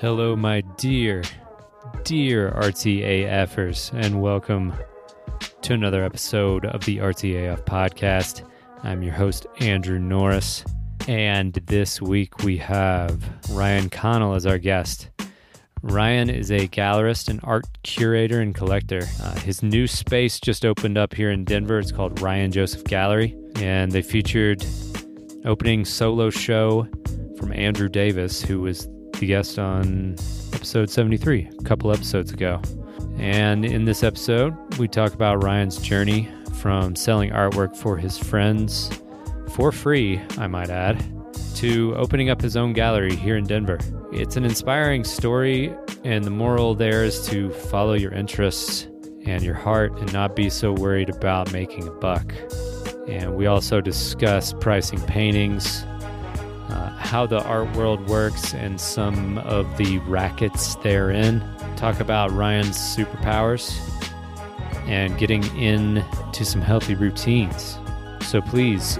Hello, my dear, dear RTAFers, and welcome to another episode of the RTAF podcast. I'm your host, Andrew Norris, and this week we have Ryan Connell as our guest. Ryan is a gallerist and art curator and collector. Uh, his new space just opened up here in Denver. It's called Ryan Joseph Gallery, and they featured opening solo show from Andrew Davis, who was the guest on episode 73 a couple episodes ago. And in this episode, we talk about Ryan's journey from selling artwork for his friends for free, I might add, to opening up his own gallery here in Denver. It's an inspiring story, and the moral there is to follow your interests and your heart and not be so worried about making a buck. And we also discuss pricing paintings, uh, how the art world works and some of the rackets therein. Talk about Ryan's superpowers and getting into some healthy routines. So please,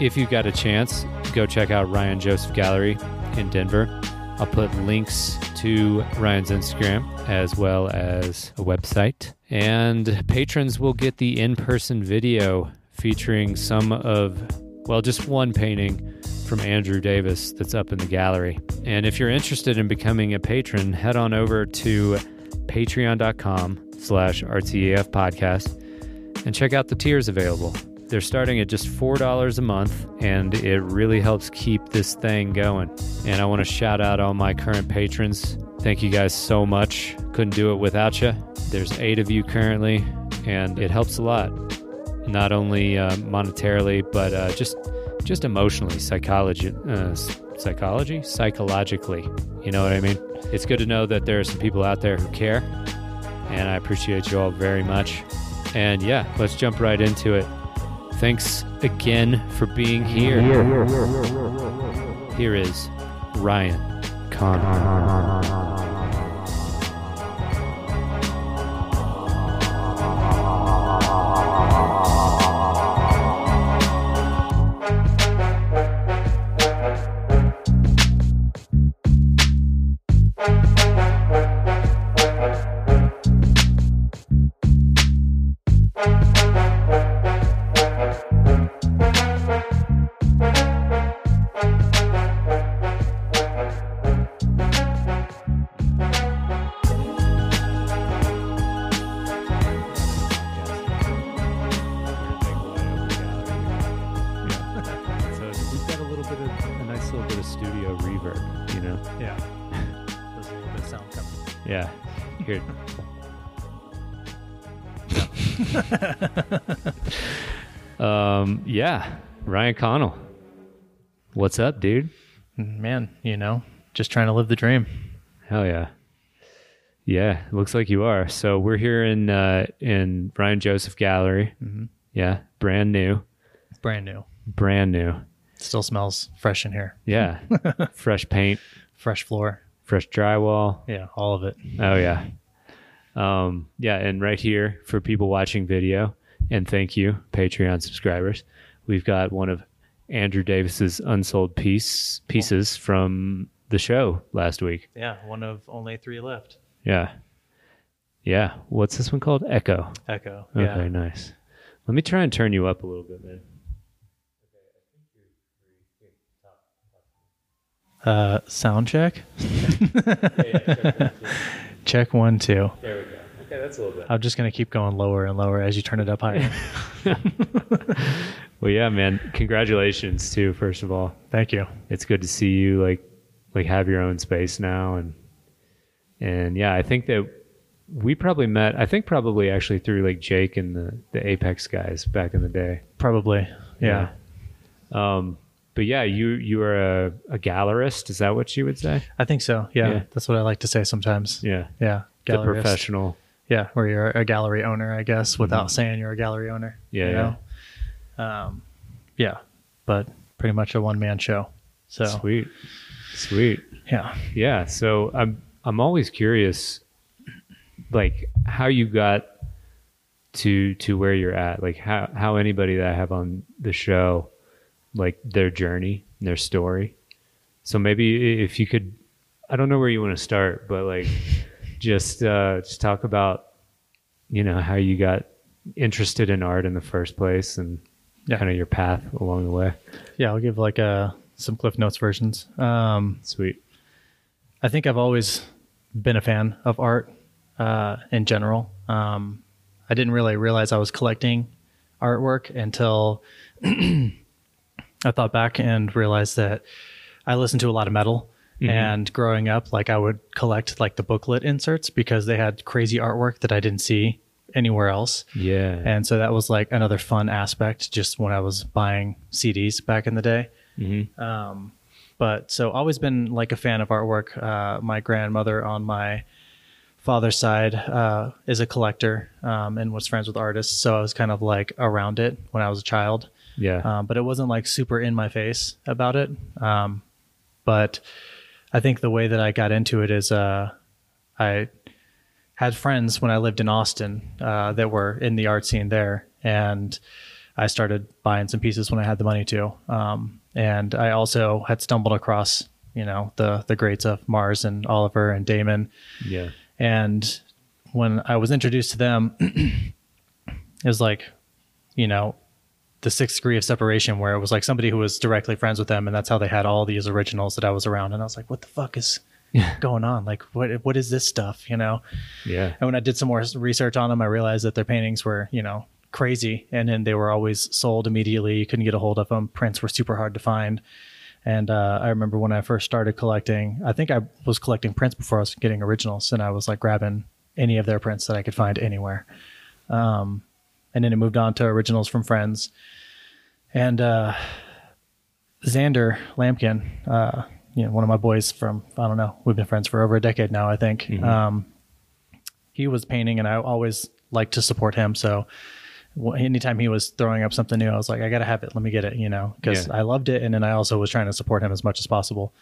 if you've got a chance, go check out Ryan Joseph Gallery in Denver. I'll put links to Ryan's Instagram as well as a website. And patrons will get the in person video featuring some of, well, just one painting from Andrew Davis that's up in the gallery. And if you're interested in becoming a patron, head on over to patreon.com slash RTAF podcast and check out the tiers available. They're starting at just $4 a month, and it really helps keep this thing going. And I want to shout out all my current patrons. Thank you guys so much. Couldn't do it without you. There's eight of you currently, and it helps a lot, not only uh, monetarily, but uh, just just emotionally, psychology, uh, s- psychology, psychologically. You know what I mean? It's good to know that there are some people out there who care, and I appreciate you all very much. And yeah, let's jump right into it. Thanks again for being here. Here is Ryan Connor. So we've got a little bit of a nice little bit of studio reverb, you know? Yeah. There's a little bit of sound Yeah. Here. coming. Um, yeah. Ryan Connell. What's up, dude? Man, you know, just trying to live the dream. Hell yeah. Yeah, looks like you are. So we're here in uh in Ryan Joseph Gallery. Yeah, brand new. It's brand new. Brand new. Still smells fresh in here. Yeah. fresh paint, Fresh floor. fresh drywall. Yeah, all of it. Oh yeah. Um, yeah, and right here for people watching video, and thank you, Patreon subscribers. We've got one of Andrew Davis's unsold piece pieces from the show last week. Yeah, one of only three left. Yeah. Yeah. What's this one called? Echo. Echo. Yeah. Okay, nice. Let me try and turn you up a little bit, man. Uh, sound check. check one, two. There we go. Okay, that's a little bit. I'm just going to keep going lower and lower as you turn it up higher. Well, yeah, man. Congratulations too, first of all. Thank you. it's good to see you like like have your own space now and and yeah i think that we probably met i think probably actually through like jake and the the apex guys back in the day Probably. Yeah. um but yeah you you are a, a gallerist is that what you would say I think so. Yeah. Yeah. That's what I like to say sometimes. yeah Yeah. the Gallerist. professional yeah, where you're a gallery owner, I guess, without saying you're a gallery owner. Mm-hmm. Yeah, you know? Um, yeah, but pretty much a one man show. So sweet sweet yeah, yeah so i'm i'm always curious like how you got to to where you're at like how how anybody that i have on the show like their journey their story so maybe i- if you could I don't know where you want to start, but like just uh, just talk about you know how you got interested in art in the first place and Yeah. kind of your path along the way. Yeah, I'll give like uh some Cliff Notes versions. Um, Sweet. I think I've always been a fan of art uh, in general. Um, I didn't really realize I was collecting artwork until I thought back and realized that I listened to a lot of metal. Mhm. And growing up, like I would collect like the booklet inserts because they had crazy artwork that I didn't see anywhere else. Yeah. And so that was like another fun aspect just when I was buying CDs back in the day. Mhm. Um, but so always been like a fan of artwork. Uh, my grandmother on my father's side uh, is a collector um, and was friends with artists. So I was kind of like around it when I was a child. Yeah. Um, but it wasn't like super in my face about it. Um, but I think the way that I got into it is uh, I had friends when I lived in Austin uh, that were in the art scene there, and I started buying some pieces when I had the money to. Um, and I also had stumbled across you know the the greats of Mars and Oliver and Damon, yeah. and when I was introduced to them, it was like, you know, the sixth degree of separation, where it was like somebody who was directly friends with them, and that's how they had all these originals that I was around, and I was like, what the fuck is going on? Like, what what is this stuff? You know. Yeah. And when I did some more research on them, I realized that their paintings were, you know, crazy. And then they were always sold immediately. You couldn't get a hold of them. Prints were super hard to find. And uh, I remember when I first started collecting, I think I was collecting prints before I was getting originals. And I was like grabbing any of their prints that I could find anywhere. Um, and then it moved on to originals from friends. And uh, Xander Lampkin, uh, you know, one of my boys from, I don't know, we've been friends for over a decade now, I think. Um, he was painting and I always liked to support him. So wh- anytime he was throwing up something new, I was like, I got to have it. Let me get it, you know, because Yeah. I loved it. And then I also was trying to support him as much as possible.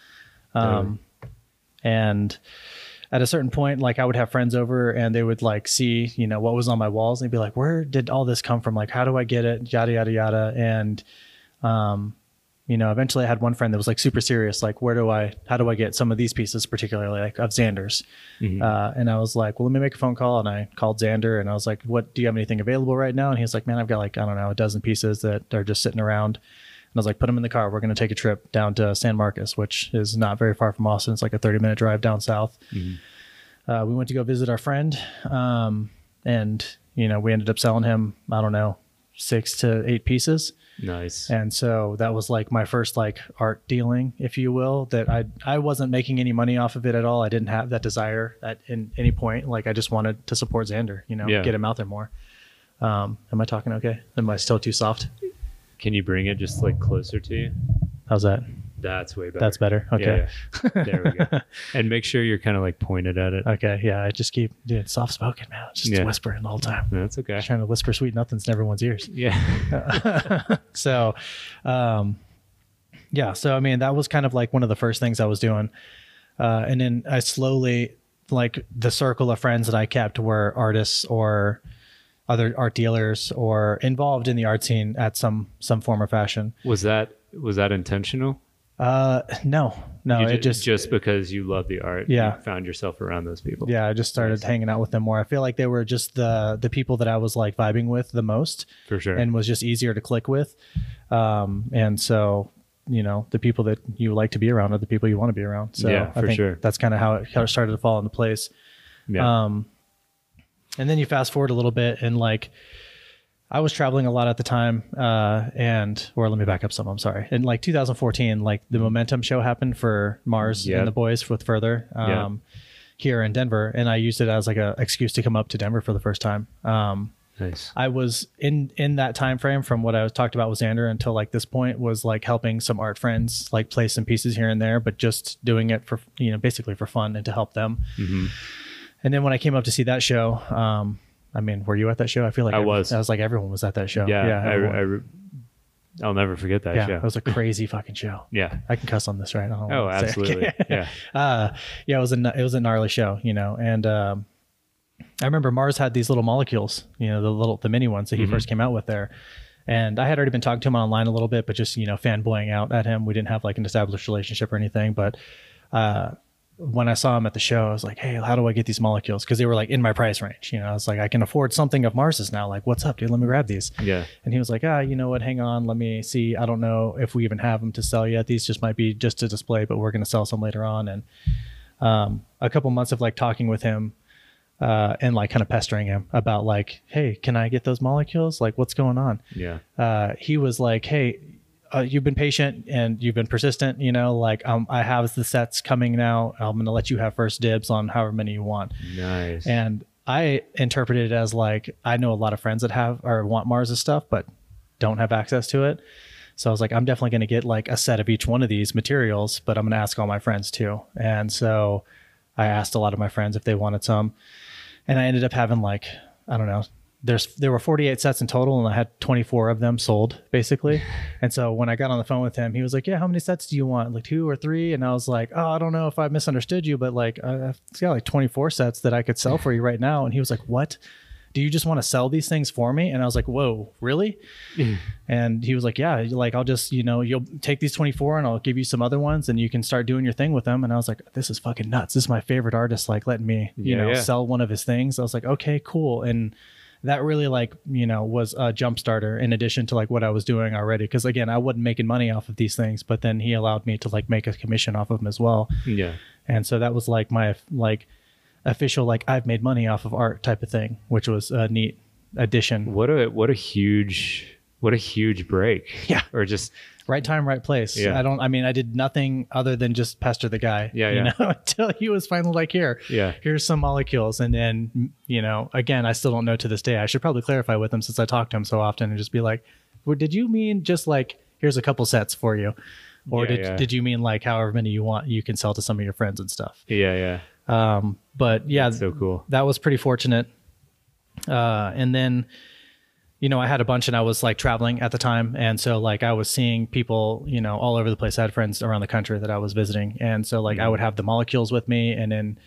Um, and at a certain point, like I would have friends over and they would like see, you know, what was on my walls and they'd be like, where did all this come from? Like, how do I get it? Yada, yada, yada. And, um, you know, eventually I had one friend that was like super serious, like, where do I, how do I get some of these pieces, particularly like of Xander's? Mhm. Uh, and I was like, well, let me make a phone call. And I called Xander and I was like, what, do you have anything available right now? And he's like, man, I've got like, I don't know, a dozen pieces that are just sitting around. And I was like, put them in the car. We're going to take a trip down to San Marcos, which is not very far from Austin. It's like a 30 minute drive down south. Mm-hmm. Uh, we went to go visit our friend. Um, and, you know, we ended up selling him, I don't know, six to eight pieces. Nice. And so that was like my first like art dealing, if you will, that I I wasn't making any money off of it at all. I didn't have that desire at in any point. Like I just wanted to support Xander, you know, Yeah. get him out there more. Um, am I talking okay? Am I still too soft? Can you bring it just like closer to you? How's that? That's way better. That's better. Okay. Yeah, yeah. There we go. and make sure you're kind of like pointed at it. Okay. Yeah. I just keep dude, soft spoken, man. Just Yeah. whispering the whole time. That's okay. Trying to whisper sweet nothings in everyone's ears. Yeah. so um yeah so i mean that was kind of like one of the first things i was doing uh and then i slowly like the circle of friends that i kept were artists or other art dealers or involved in the art scene at some some form or fashion was that was that intentional? uh no no You ju- it just just because you love the art. Yeah. You found yourself around those people. yeah i just started Nice. hanging out with them more i feel like they were just the the people that i was like vibing with the most For sure. and was just easier to click with. Um, and so, you know, the people that you like to be around are the people you want to be around. So Yeah, I for think sure. that's kind of how it, how it started to fall into place. yeah. Um, and then you fast forward a little bit and like, I was traveling a lot at the time, uh, and or let me back up some. I'm sorry. In like 2014, like the momentum show happened for Mars Yeah. and the boys with further um, Yeah. here in Denver, and I used it as like a excuse to come up to Denver for the first time. Um, nice. I was in in that time frame from what I was talked about with Xander until like this point was like helping some art friends like play some pieces here and there, but just doing it for you know basically for fun and to help them. Mhm. And then when I came up to see that show, um, I mean, were you at that show? I feel like I every- was. I was like everyone was at that show. Yeah. yeah, I, everyone. I, re- I'll never forget that yeah. show. It was a crazy fucking show. yeah. I can cuss on this, right? I don't Oh, wanna say- absolutely. yeah. uh, yeah, it was a gn- it was a gnarly show, you know. And um, I remember Mars had these little molecules, you know, the little the mini ones that he first came out with there. And I had already been talking to him online a little bit, but just you know, fanboying out at him. We didn't have like an established relationship or anything, but uh, when I saw him at the show, I was like, "Hey, how do I get these molecules?" Because they were like in my price range. You know, I was like, "I can afford something of Mars's now. Like, what's up, dude? Let me grab these." Yeah. And he was like, "Ah, you know what? Hang on, let me see. I don't know if we even have them to sell yet. These just might be just to display, but we're going to sell some later on." And um, a couple months of like talking with him uh, and like kind of pestering him about like, "Hey, can I get those molecules? Like, what's going on?" Yeah. uh, he was like, "Hey, uh, you've been patient and you've been persistent. You know, like um, I have the sets coming now. I'm gonna let you have first dibs on however many you want." Nice. And I interpreted it as like I know a lot of friends that have or want Mars' stuff, but don't have access to it. So I was like, I'm definitely gonna get like a set of each one of these materials, but I'm gonna ask all my friends too. And so I asked a lot of my friends if they wanted some, and I ended up having like I don't know. There's there were 48 sets in total, and I had 24 of them sold basically. and so when I got on the phone with him, he was like, "Yeah, how many sets do you want? Like two or three? And I was like, "Oh, I don't know if I misunderstood you, but like I- I've got like 24 sets that I could sell for you right now." And he was like, "What?" Do you just want to sell these things for me? And I was like, whoa, really? And he was like, yeah, like I'll just, you know, you'll take these 24 and I'll give you some other ones and you can start doing your thing with them. And I was like, this is fucking nuts. This is my favorite artist, like letting me, you Yeah, know, yeah. sell one of his things. I was like, okay, cool. And that really like, you know, was a jump starter in addition to like what I was doing already. Cause again, I wasn't making money off of these things, but then he allowed me to like make a commission off of them as well yeah. and so that was like my like official like i've made money off of art type of thing which was a neat addition What a what a huge what a huge break. Yeah. Or just right time right place Yeah. i don't i mean i did nothing other than just pester the guy Yeah, you yeah. know until he was finally like here yeah. here's some molecules and then you know again i still don't know to this day i should probably clarify with him since i talk to him so often and just be like well, did you mean just like here's a couple sets for you or Yeah, did, yeah. did you mean like however many you want you can sell to some of your friends and stuff Yeah, yeah. um but yeah So cool. that was pretty fortunate. Uh, and then, you know, I had a bunch and I was like traveling at the time. And so, like, I was seeing people, you know, all over the place. I had friends around the country that I was visiting. And so, like, I would have the molecules with me and then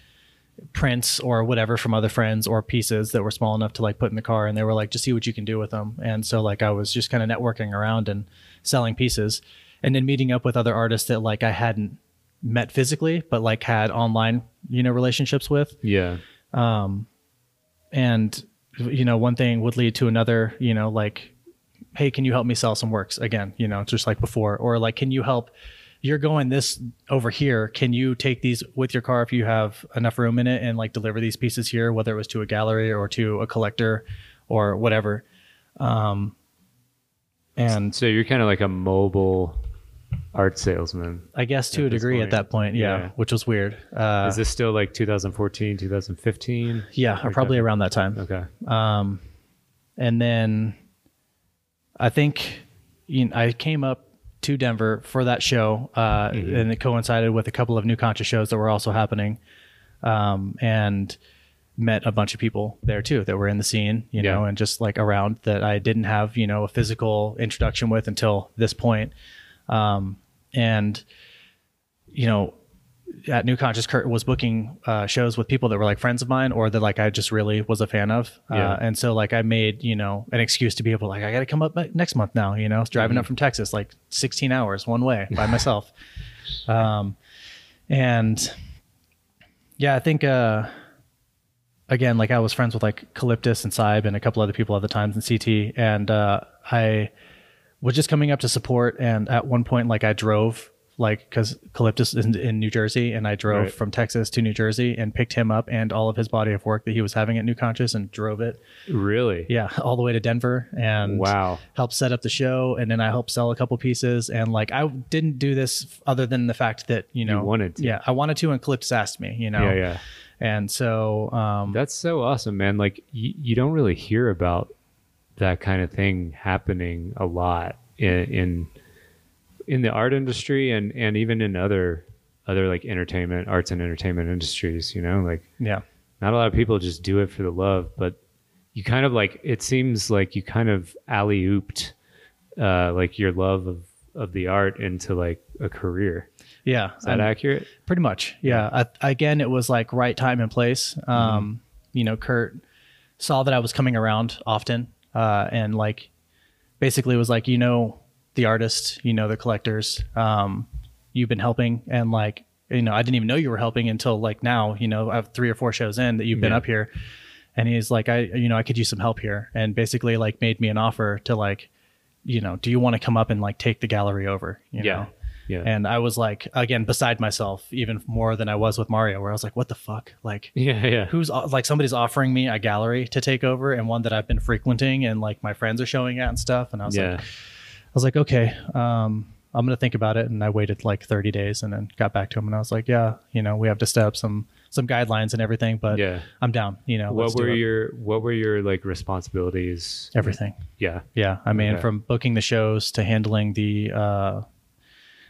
prints or whatever from other friends or pieces that were small enough to like put in the car. And they were like, just see what you can do with them. And so, like, I was just kind of networking around and selling pieces and then meeting up with other artists that like I hadn't met physically, but like had online, you know, relationships with Yeah. and you know one thing would lead to another you know like hey can you help me sell some works again you know just like before or like can you help you're going this over here can you take these with your car if you have enough room in it and like deliver these pieces here whether it was to a gallery or to a collector or whatever um and So you're kind of like a mobile art salesman. i guess to At a this degree point, at that point yeah, yeah. which was weird uh Is this still like 2014, 2015? yeah or probably around that time Okay. Um, and then I think you know, I came up to Denver for that show, uh, and it coincided with a couple of new conscious shows that were also happening, um, and met a bunch of people there too that were in the scene, you Yeah. know, and just like around that I didn't have you know a physical introduction with until this point, um, and you know at New Conscious Kurt was booking uh, shows with people that were like friends of mine or that like I just really was a fan of. Yeah. Uh, and so like I made, you know, an excuse to be able like I got to come up ne- next month now, you know, driving Mm-hmm. up from Texas like 16 hours one way by myself. um and yeah, I think uh again like I was friends with like Calyptus and Saib and a couple other people at the times in CT and uh I was just coming up to support and at one point like i drove like because calyptus is in, in new jersey and i drove Right. from texas to new jersey and picked him up and all of his body of work that he was having at new conscious and drove it Really? yeah all the way to denver and Wow. helped set up the show and then i helped sell a couple pieces and like i didn't do this f- other than the fact that you know wanted to. yeah i wanted to and calyptus asked me you know Yeah, yeah. and so um That's so awesome, man. Like you, you don't really hear about that kind of thing happening a lot in in, in the art industry and and even in other other like entertainment arts and entertainment industries, you know? Like yeah not a lot of people just do it for the love, but you kind of like it seems like you kind of alley ooped uh like your love of of the art into like a career. yeah Is that I'm- accurate? pretty much yeah I, again it was like right time and place Mm-hmm. um you know kurt saw that i was coming around often uh and like basically was like you know the artist you know the collectors um you've been helping and like you know, I didn't even know you were helping until like now, you know, I have three or four shows in that you've been Yeah. up here. And he's like, I, you know, I could use some help here. And basically like made me an offer to like, you know, do you want to come up and like take the gallery over? You Yeah. know? Yeah. And I was like, again, beside myself, even more than I was with Mario, where I was like, what the fuck? Like, yeah. Yeah. who's uh, like somebody's offering me a gallery to take over and one that I've been frequenting and like my friends are showing at and stuff. And I was Yeah. like, I was like, okay, um, I'm gonna think about it. And I waited like 30 days and then got back to him and I was like, yeah, you know, we have to set up some some guidelines and everything, but Yeah. I'm down. You know, Uh, let's what do were it. your What were your like responsibilities? everything? Yeah. Yeah, I mean, Okay. from booking the shows to handling the uh,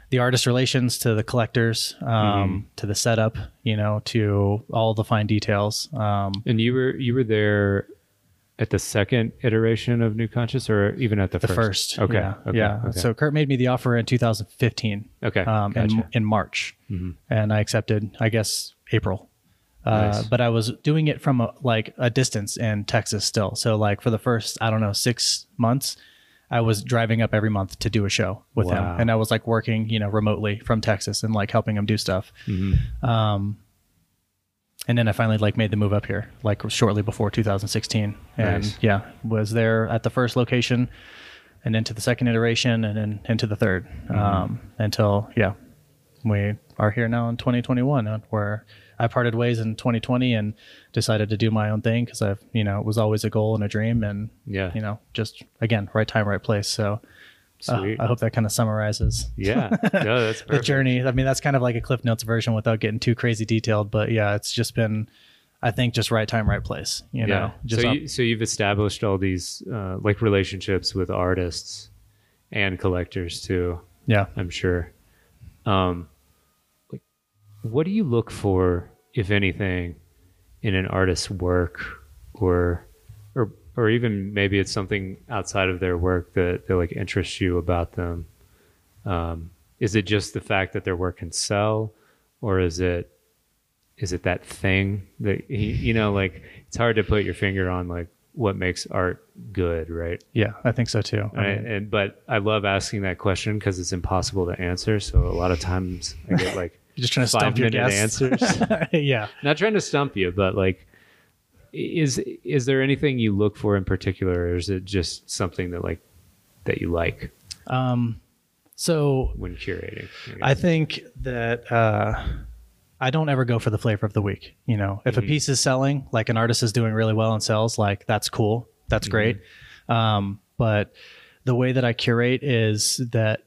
the artist relations to the collectors um, Mm-hmm. to the setup, you know, to all the fine details. Um, And you were you were there at the second iteration of New Conscious, or even at the, the first? first. Okay. Yeah. Okay. yeah. Okay. So Kurt made me the offer in 2015. okay. Um, in, gotcha. in March, Mhm. and I accepted. I guess April. Uh, Nice. But I was doing it from a, like a distance in Texas still. So like for the first I don't know six months, I was driving up every month to do a show with Wow. him, and I was like working you know remotely from Texas and like helping him do stuff. Mhm. Um, and then I finally like made the move up here, like shortly before 2016, and Nice. yeah, was there at the first location, and into the second iteration, and then into the 3rd Mm-hmm. um, until yeah, we are here now in 2021, uh, where I parted ways in 2020 and decided to do my own thing because I've you know it was always a goal and a dream, and Yeah. you know just again right time, right place. So uh, Sweet. I hope that kind of summarizes yeah. No, that's the perfect. journey. I mean, that's kind of like a Cliff Notes version without getting too crazy detailed, but yeah, it's just been, I think, just right time, right place. You know, just so, up- you, so you've established all these uh, like relationships with artists and collectors too. yeah. I'm sure. Um, like, what do you look for, if anything, in an artist's work, or, or, or even maybe it's something outside of their work that that like interests you about them? Um, is it just the fact that their work can sell, or is it is it that thing that y- you know? Like, it's hard to put your finger on like what makes art good, right? Yeah. I think so too. I I, mean, and but I love asking that question because it's impossible to answer. So a lot of times I get like you're just trying to five stump your minute guess. answers. yeah. Not trying to stump you, but like, is is there anything you look for in particular, or is it just something that like that you like Um, so when curating? I think that uh, I don't ever go for the flavor of the week. You know, if a piece is selling, like an artist is doing really well and sells, like that's cool, that's great. Um, but the way that I curate is that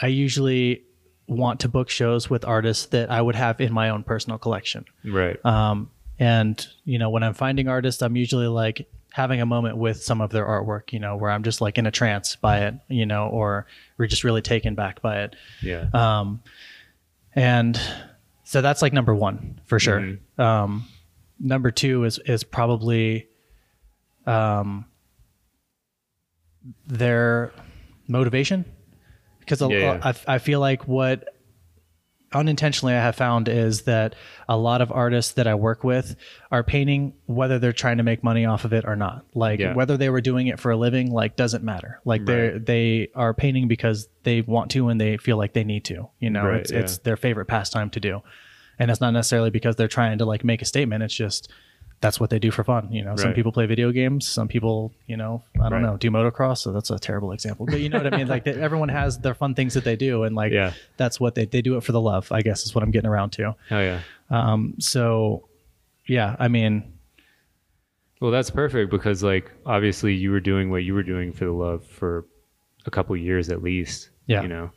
I usually want to book shows with artists that I would have in my own personal collection. right. Um, and you know, when I'm finding artists, I'm usually like having a moment with some of their artwork. You know, where I'm just like in a trance by it. You know, or we're just really taken back by it yeah. um, and so that's like number one for sure. Mm-hmm. Um, number two is is probably um, their motivation because a- Yeah, yeah. I, I feel like what unintentionally I have found is that a lot of artists that I work with are painting whether they're trying to make money off of it or not. Like Yeah. whether they were doing it for a living, like doesn't matter. Like they're they are painting because they want to and they feel like they need to. You know, Right, it's yeah. it's their favorite pastime to do. And it's not necessarily because they're trying to like make a statement. It's just that's what they do for fun. You know, some Right. people play video games, some people, you know, I Right. don't know, do motocross. So that's a terrible example. But you know what I mean? Like that everyone has their fun things that they do and like Yeah. that's what they they do it for the love, I guess is what I'm getting around to. Hell yeah. Um so yeah, I mean Well, that's perfect because like obviously you were doing what you were doing for the love for a couple years at least. Yeah. You know,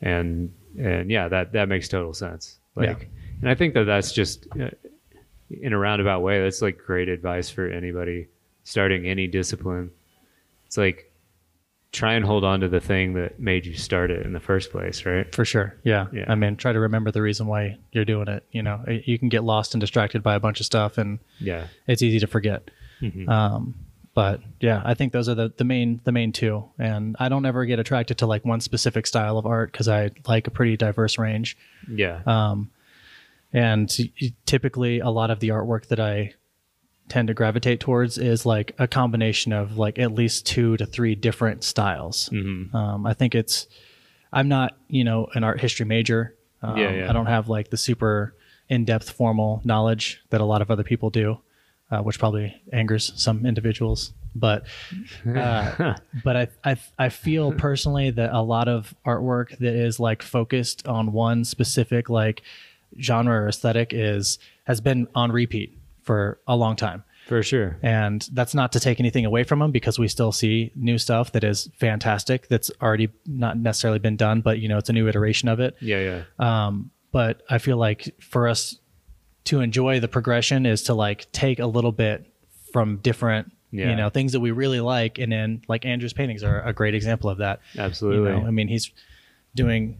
and and yeah, that that makes total sense. Yeah. Like, and I think that that's just uh, in a roundabout way. That's like great advice for anybody starting any discipline. It's like try and hold on to the thing that made you start it in the first place, right? for sure. Yeah. Yeah. I mean try to remember the reason why you're doing it. You know, you can get lost and distracted by a bunch of stuff and Yeah. it's easy to forget. Um, but yeah, I think those are the, the main the main two. And I don't ever get attracted to like one specific style of art because I like a pretty diverse range. Yeah. Um, and y- typically, a lot of the artwork that I tend to gravitate towards is like a combination of like at least two to three Mm-hmm. different styles. Um, I think it's I'm not you know an art history major. Um, Yeah, yeah. I don't have like the super in-depth formal knowledge that a lot of other people do, uh, which probably angers some individuals. But uh, but I, I I feel personally that a lot of artwork that is like focused on one specific like genre or aesthetic is has been on repeat for a long time. for sure. And that's not to take anything away from them because we still see new stuff that is fantastic that's already not necessarily been done, but you know, it's a new iteration of it. Yeah, yeah. Mm. Um, but I feel like for us to enjoy the progression is to like take a little bit from different, Yeah. you know, things that we really like. And then like Andrew's paintings are a great example of that. You Absolutely. know, I mean, he's doing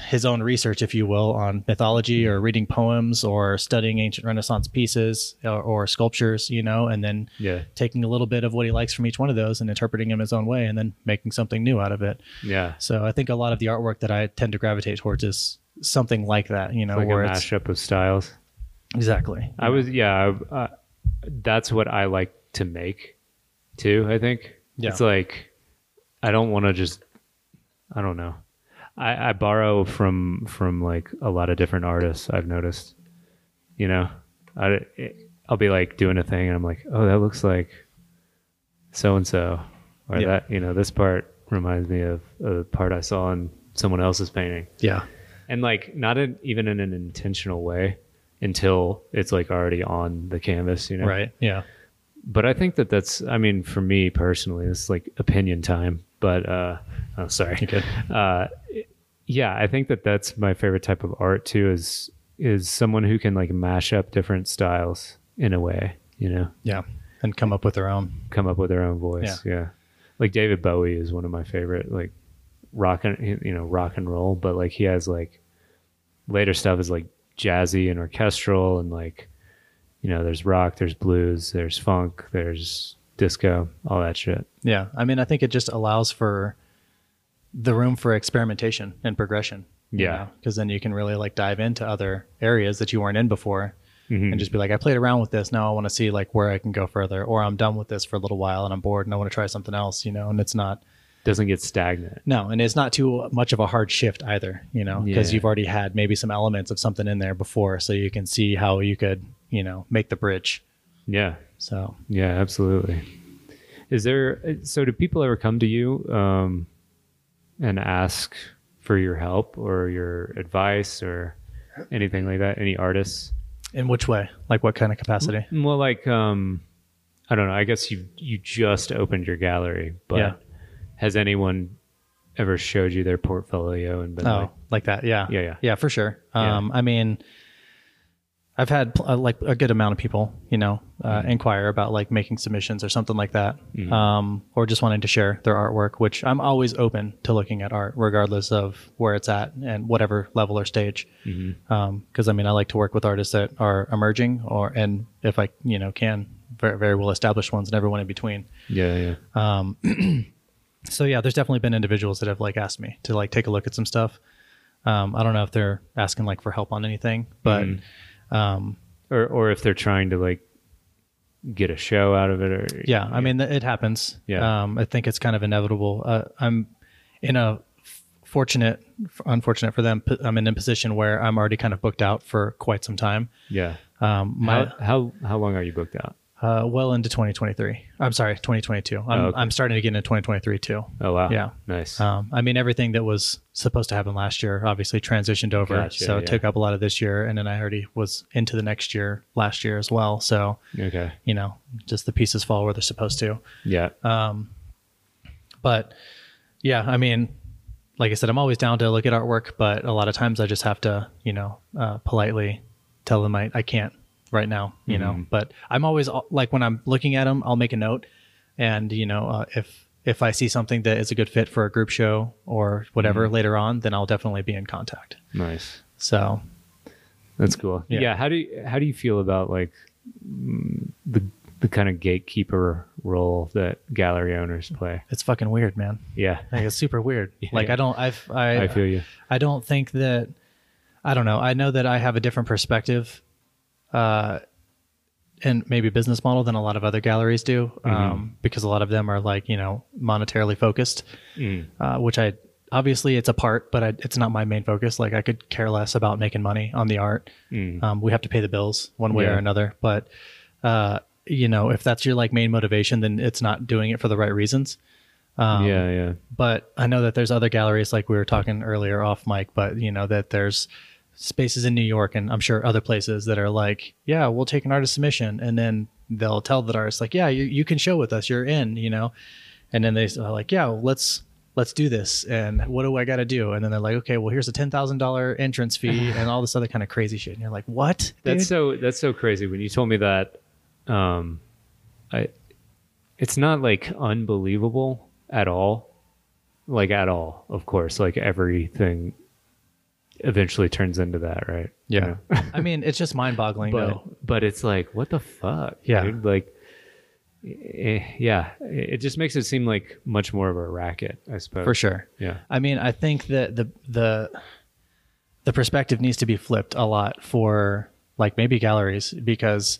his own research, if you will, on Mm. mythology or reading poems or studying ancient Renaissance pieces or, or sculptures, you know, and then yeah. taking a little bit of what he likes from each one of those and interpreting him his own way and then making something new out of it. Yeah. So I think a lot of the artwork that I tend to gravitate towards is something like that, you know, Like a where it's mashup of styles. exactly. I was, yeah, I, uh, that's what I like to make too, I think. Yeah. It's like, I don't want to just, I don't know. I, I borrow from, from like a lot of different artists I've noticed, you know, I, I'll be like doing a thing and I'm like, oh, that looks like so and so, or Yeah. that, you know, this part reminds me of a part I saw in someone else's painting Yeah. and like not in, even in an intentional way until it's like already on the canvas you know Right. Yeah. but i think that that's i mean for me personally this is like opinion time but uh oh sorry Okay. uh yeah i think that that's my favorite type of art too is is someone who can like mash up different styles in a way you know Yeah. And come up with their own. come up with their own voice yeah, like david bowie is one of my favorite like rock and you know rock and roll but like he has like later stuff is like jazzy and orchestral and like you know there's rock there's blues there's funk there's disco all that shit Yeah. I mean, I think it just allows for the room for experimentation and progression. Yeah. Because then you can really like dive into other areas that you weren't in before Mhm. and just be like, I played around with this. Now I want to see like where I can go further, or I'm done with this for a little while and I'm bored and I want to try something else, you know, and it's not. doesn't get stagnant No, and it's not too much of a hard shift either, you know, because Yeah. you've already had maybe some elements of something in there before, so you can see how you could, you know, make the bridge. yeah So yeah absolutely is there so do people ever come to you um and ask for your help or your advice or anything like that any artists in which way? Like what kind of capacity? Well, like um, I don't know. I guess you you just opened your gallery, but Yeah. has anyone ever showed you their portfolio and been Oh, like, like, that. Yeah. Yeah, yeah. Yeah, for sure. Yeah. Um, I mean, I've had pl- uh, like a good amount of people, you know, uh, Mm-hmm. inquire about like making submissions or something like that, um, or just wanting to share their artwork, which I'm always open to looking at art, regardless of where it's at and whatever level or stage. Because Mm-hmm. I mean, I like to work with artists that are emerging, or and if I, you know, can very, very well established ones and everyone in between. yeah, yeah, So yeah, there's definitely been individuals that have like asked me to like take a look at some stuff. Um, I don't know if they're asking like for help on anything, but Mm. or or if they're trying to like get a show out of it, or yeah, I mean th- it happens. Yeah. um, I think it's kind of inevitable. Uh, I'm in a f- fortunate, f- unfortunate for them. p- I'm in a position where I'm already kind of booked out for quite some time. yeah. Um, my how, how how long are you booked out? uh, well into 2023. I'm sorry, 2022. I'm Oh, okay. I'm starting to get into 2023 too. Oh wow, Yeah. nice. Um, I mean, everything that was supposed to happen last year obviously transitioned over. Gotcha, so it yeah. took up a lot of this year. And then I already was into the next year last year as well. So, okay, you know, just the pieces fall where they're supposed to. yeah, Um, But yeah, I mean, like I said, I'm always down to look at artwork, but a lot of times I just have to, you know, uh, politely tell them I, I can't right now, you Mm-hmm. know. But I'm always al- like when I'm looking at them, I'll make a note, and you know, uh, if if I see something that is a good fit for a group show or whatever Mm-hmm. later on, then I'll definitely be in contact. nice. So That's cool. Yeah. Yeah. How do you, how do you feel about like mm, the the kind of gatekeeper role that gallery owners play? it's fucking weird, man. Yeah. Like it's super weird. Like I don't, I've, I, I feel you. I don't think that I don't know. I know that I have a different perspective uh and maybe business model than a lot of other galleries do um because a lot of them are like, you know, monetarily focused, uh which I obviously it's a part, but I, it's not my main focus. Like I could care less about making money on the art. Um, we have to pay the bills one way or Yeah. another. But uh, you know, if that's your like main motivation, then it's not doing it for the right reasons. Um, yeah, yeah. But I know that there's other galleries like we were talking earlier off mic, but you know that there's spaces in New York and I'm sure other places that are like, yeah, we'll take an artist submission, and then they'll tell that artist like, yeah, you, you can show with us, you're in, you know, and then they are like, yeah, well, let's let's do this, and what do I got to do? And then they're like, okay, well, here's a ten thousand dollar entrance fee and all this other kind of crazy shit, and you're like, what? That's dude? so that's so crazy. When you told me that, um, I, it's not like unbelievable at all, like at all. Of course, like everything eventually turns into that, right? You know? I mean, it's just mind boggling. but though. but it's like what the fuck, Yeah. dude? Like, eh, yeah, it it just makes it seem like much more of a racket, I suppose. for sure. Yeah. I mean, I think that the the the perspective needs to be flipped a lot for like maybe galleries because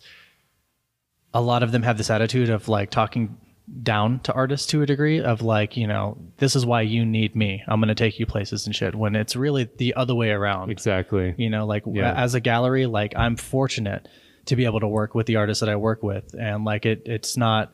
a lot of them have this attitude of like talking down to artists to a degree of like, you know, this is why you need me. I'm going to take you places and shit when it's really the other way around. Exactly. You know, like Yeah. as a gallery, like I'm fortunate to be able to work with the artists that I work with, and like it, it's not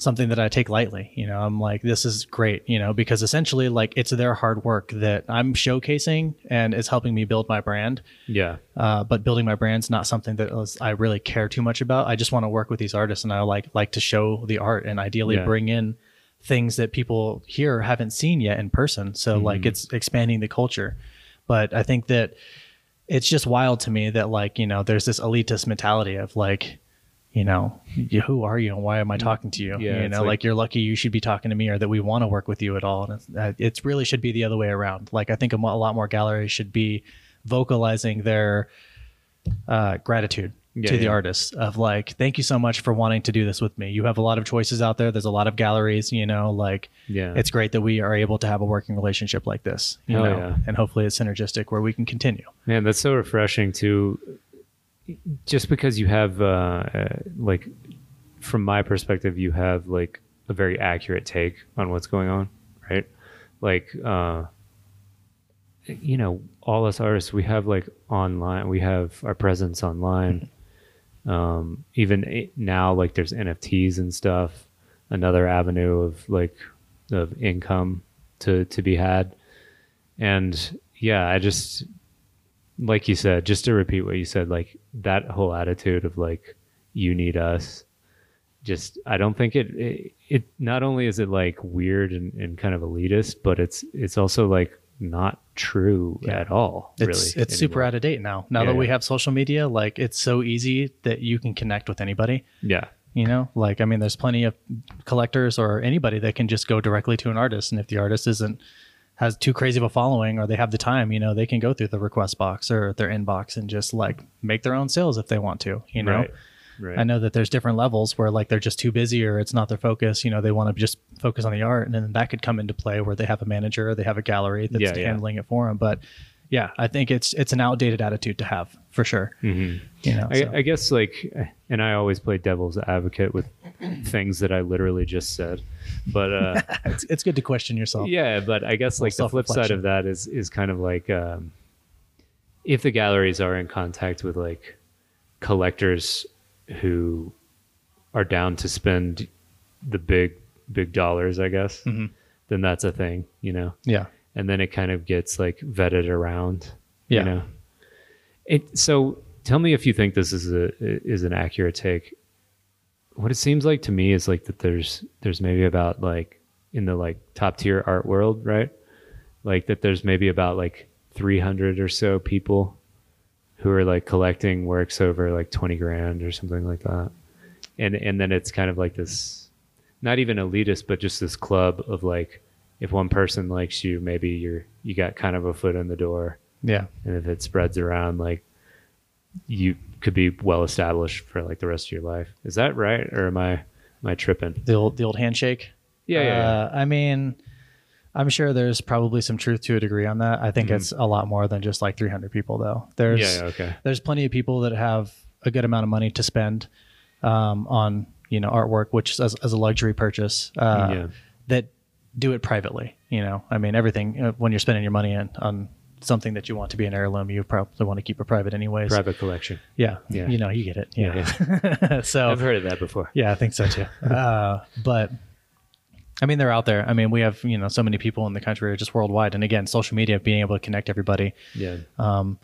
something that I take lightly. You know, I'm like, this is great. You know, because essentially, like it's their hard work that I'm showcasing, and it's helping me build my brand. Yeah. Uh, but building my brand's not something that is- I really care too much about. I just want to work with these artists, and I like like to show the art, and ideally Yeah. bring in things that people here haven't seen yet in person. So Mm-hmm. like it's expanding the culture. But I think that it's just wild to me that like you know there's this elitist mentality of like you know you, who are you and why am i talking to you Mm, Yeah, you it's know like, like- you're lucky you should be talking to me or that we want to work with you at all and it's, uh, it really should be the other way around like i think a, mo- a lot more galleries should be vocalizing their uh, gratitude Yeah, to the yeah. artists of like thank you so much for wanting to do this with me you have a lot of choices out there there's a lot of galleries you know like Yeah. it's great that we are able to have a working relationship like this you Hell know yeah. and hopefully it's synergistic where we can continue Man, that's so refreshing to just because you have, uh, uh, like, from my perspective, you have like a very accurate take on what's going on, right? Like, uh, you know, all us artists, we have like online, we have our presence online. Um, even i- now, like, there's NFTs and stuff, another avenue of like of income to to be had. And yeah, I just like you said, just to repeat what you said, like that whole attitude of like you need us. Just I don't think it it, it not only is it like weird and, and kind of elitist, but it's it's also like not true Yeah. at all. It's really, it's super out of date now. Now Yeah, that we yeah. have social media, like it's so easy that you can connect with anybody. yeah You know, like I mean, there's plenty of collectors or anybody that can just go directly to an artist, and if the artist isn't has too crazy of a following or they have the time, you know, they can go through the request box or their inbox and just like make their own sales if they want to. You know, right right I know that there's different levels where like they're just too busy or it's not their focus. You know, they want to just focus on the art, and then that could come into play where they have a manager, they have a gallery that's Yeah, yeah. handling it for them. But yeah, I think it's it's an outdated attitude to have for sure. Mhm. You know, so. I, I guess like, and I always play devil's advocate with things that I literally just said, but uh, it's, it's good to question yourself. yeah but i guess like the flip side self-reflection. of that is is kind of like um if the galleries are in contact with like collectors who are down to spend the big big dollars i guess Mhm. then that's a thing you know Yeah, and then it kind of gets like vetted around yeah. you know it so tell me if you think this is a is an accurate take what it seems like to me is like that there's there's maybe about like in the like top tier art world right like that there's maybe about like 300 or so people who are like collecting works over like 20 grand or something like that and and then it's kind of like this not even elitist but just this club of like if one person likes you maybe you're you got kind of a foot in the door yeah. and if it spreads around like you could be well established for like the rest of your life is that right or am i am i tripping The old the old handshake. yeah yeah, Uh, I mean, I'm sure there's probably some truth to a degree on that. I think it's a lot more than just like 300 people, though. yeah. There's Mm-hmm. yeah yeah, okay there's plenty of people that have a good amount of money to spend um, on you know artwork, which is as, as a luxury purchase uh, Yeah. that do it privately. You know, I mean, everything uh, when you're spending your money on, on something that you want to be an heirloom, you probably want to keep it private anyways. Private collection. Yeah. Yeah. You know, you get it. Yeah. so I've heard of that before. yeah, I think so too. uh, but I mean, they're out there. I mean, we have, you know, so many people in the country or just worldwide. And again, social media being able to connect everybody, Yeah. um,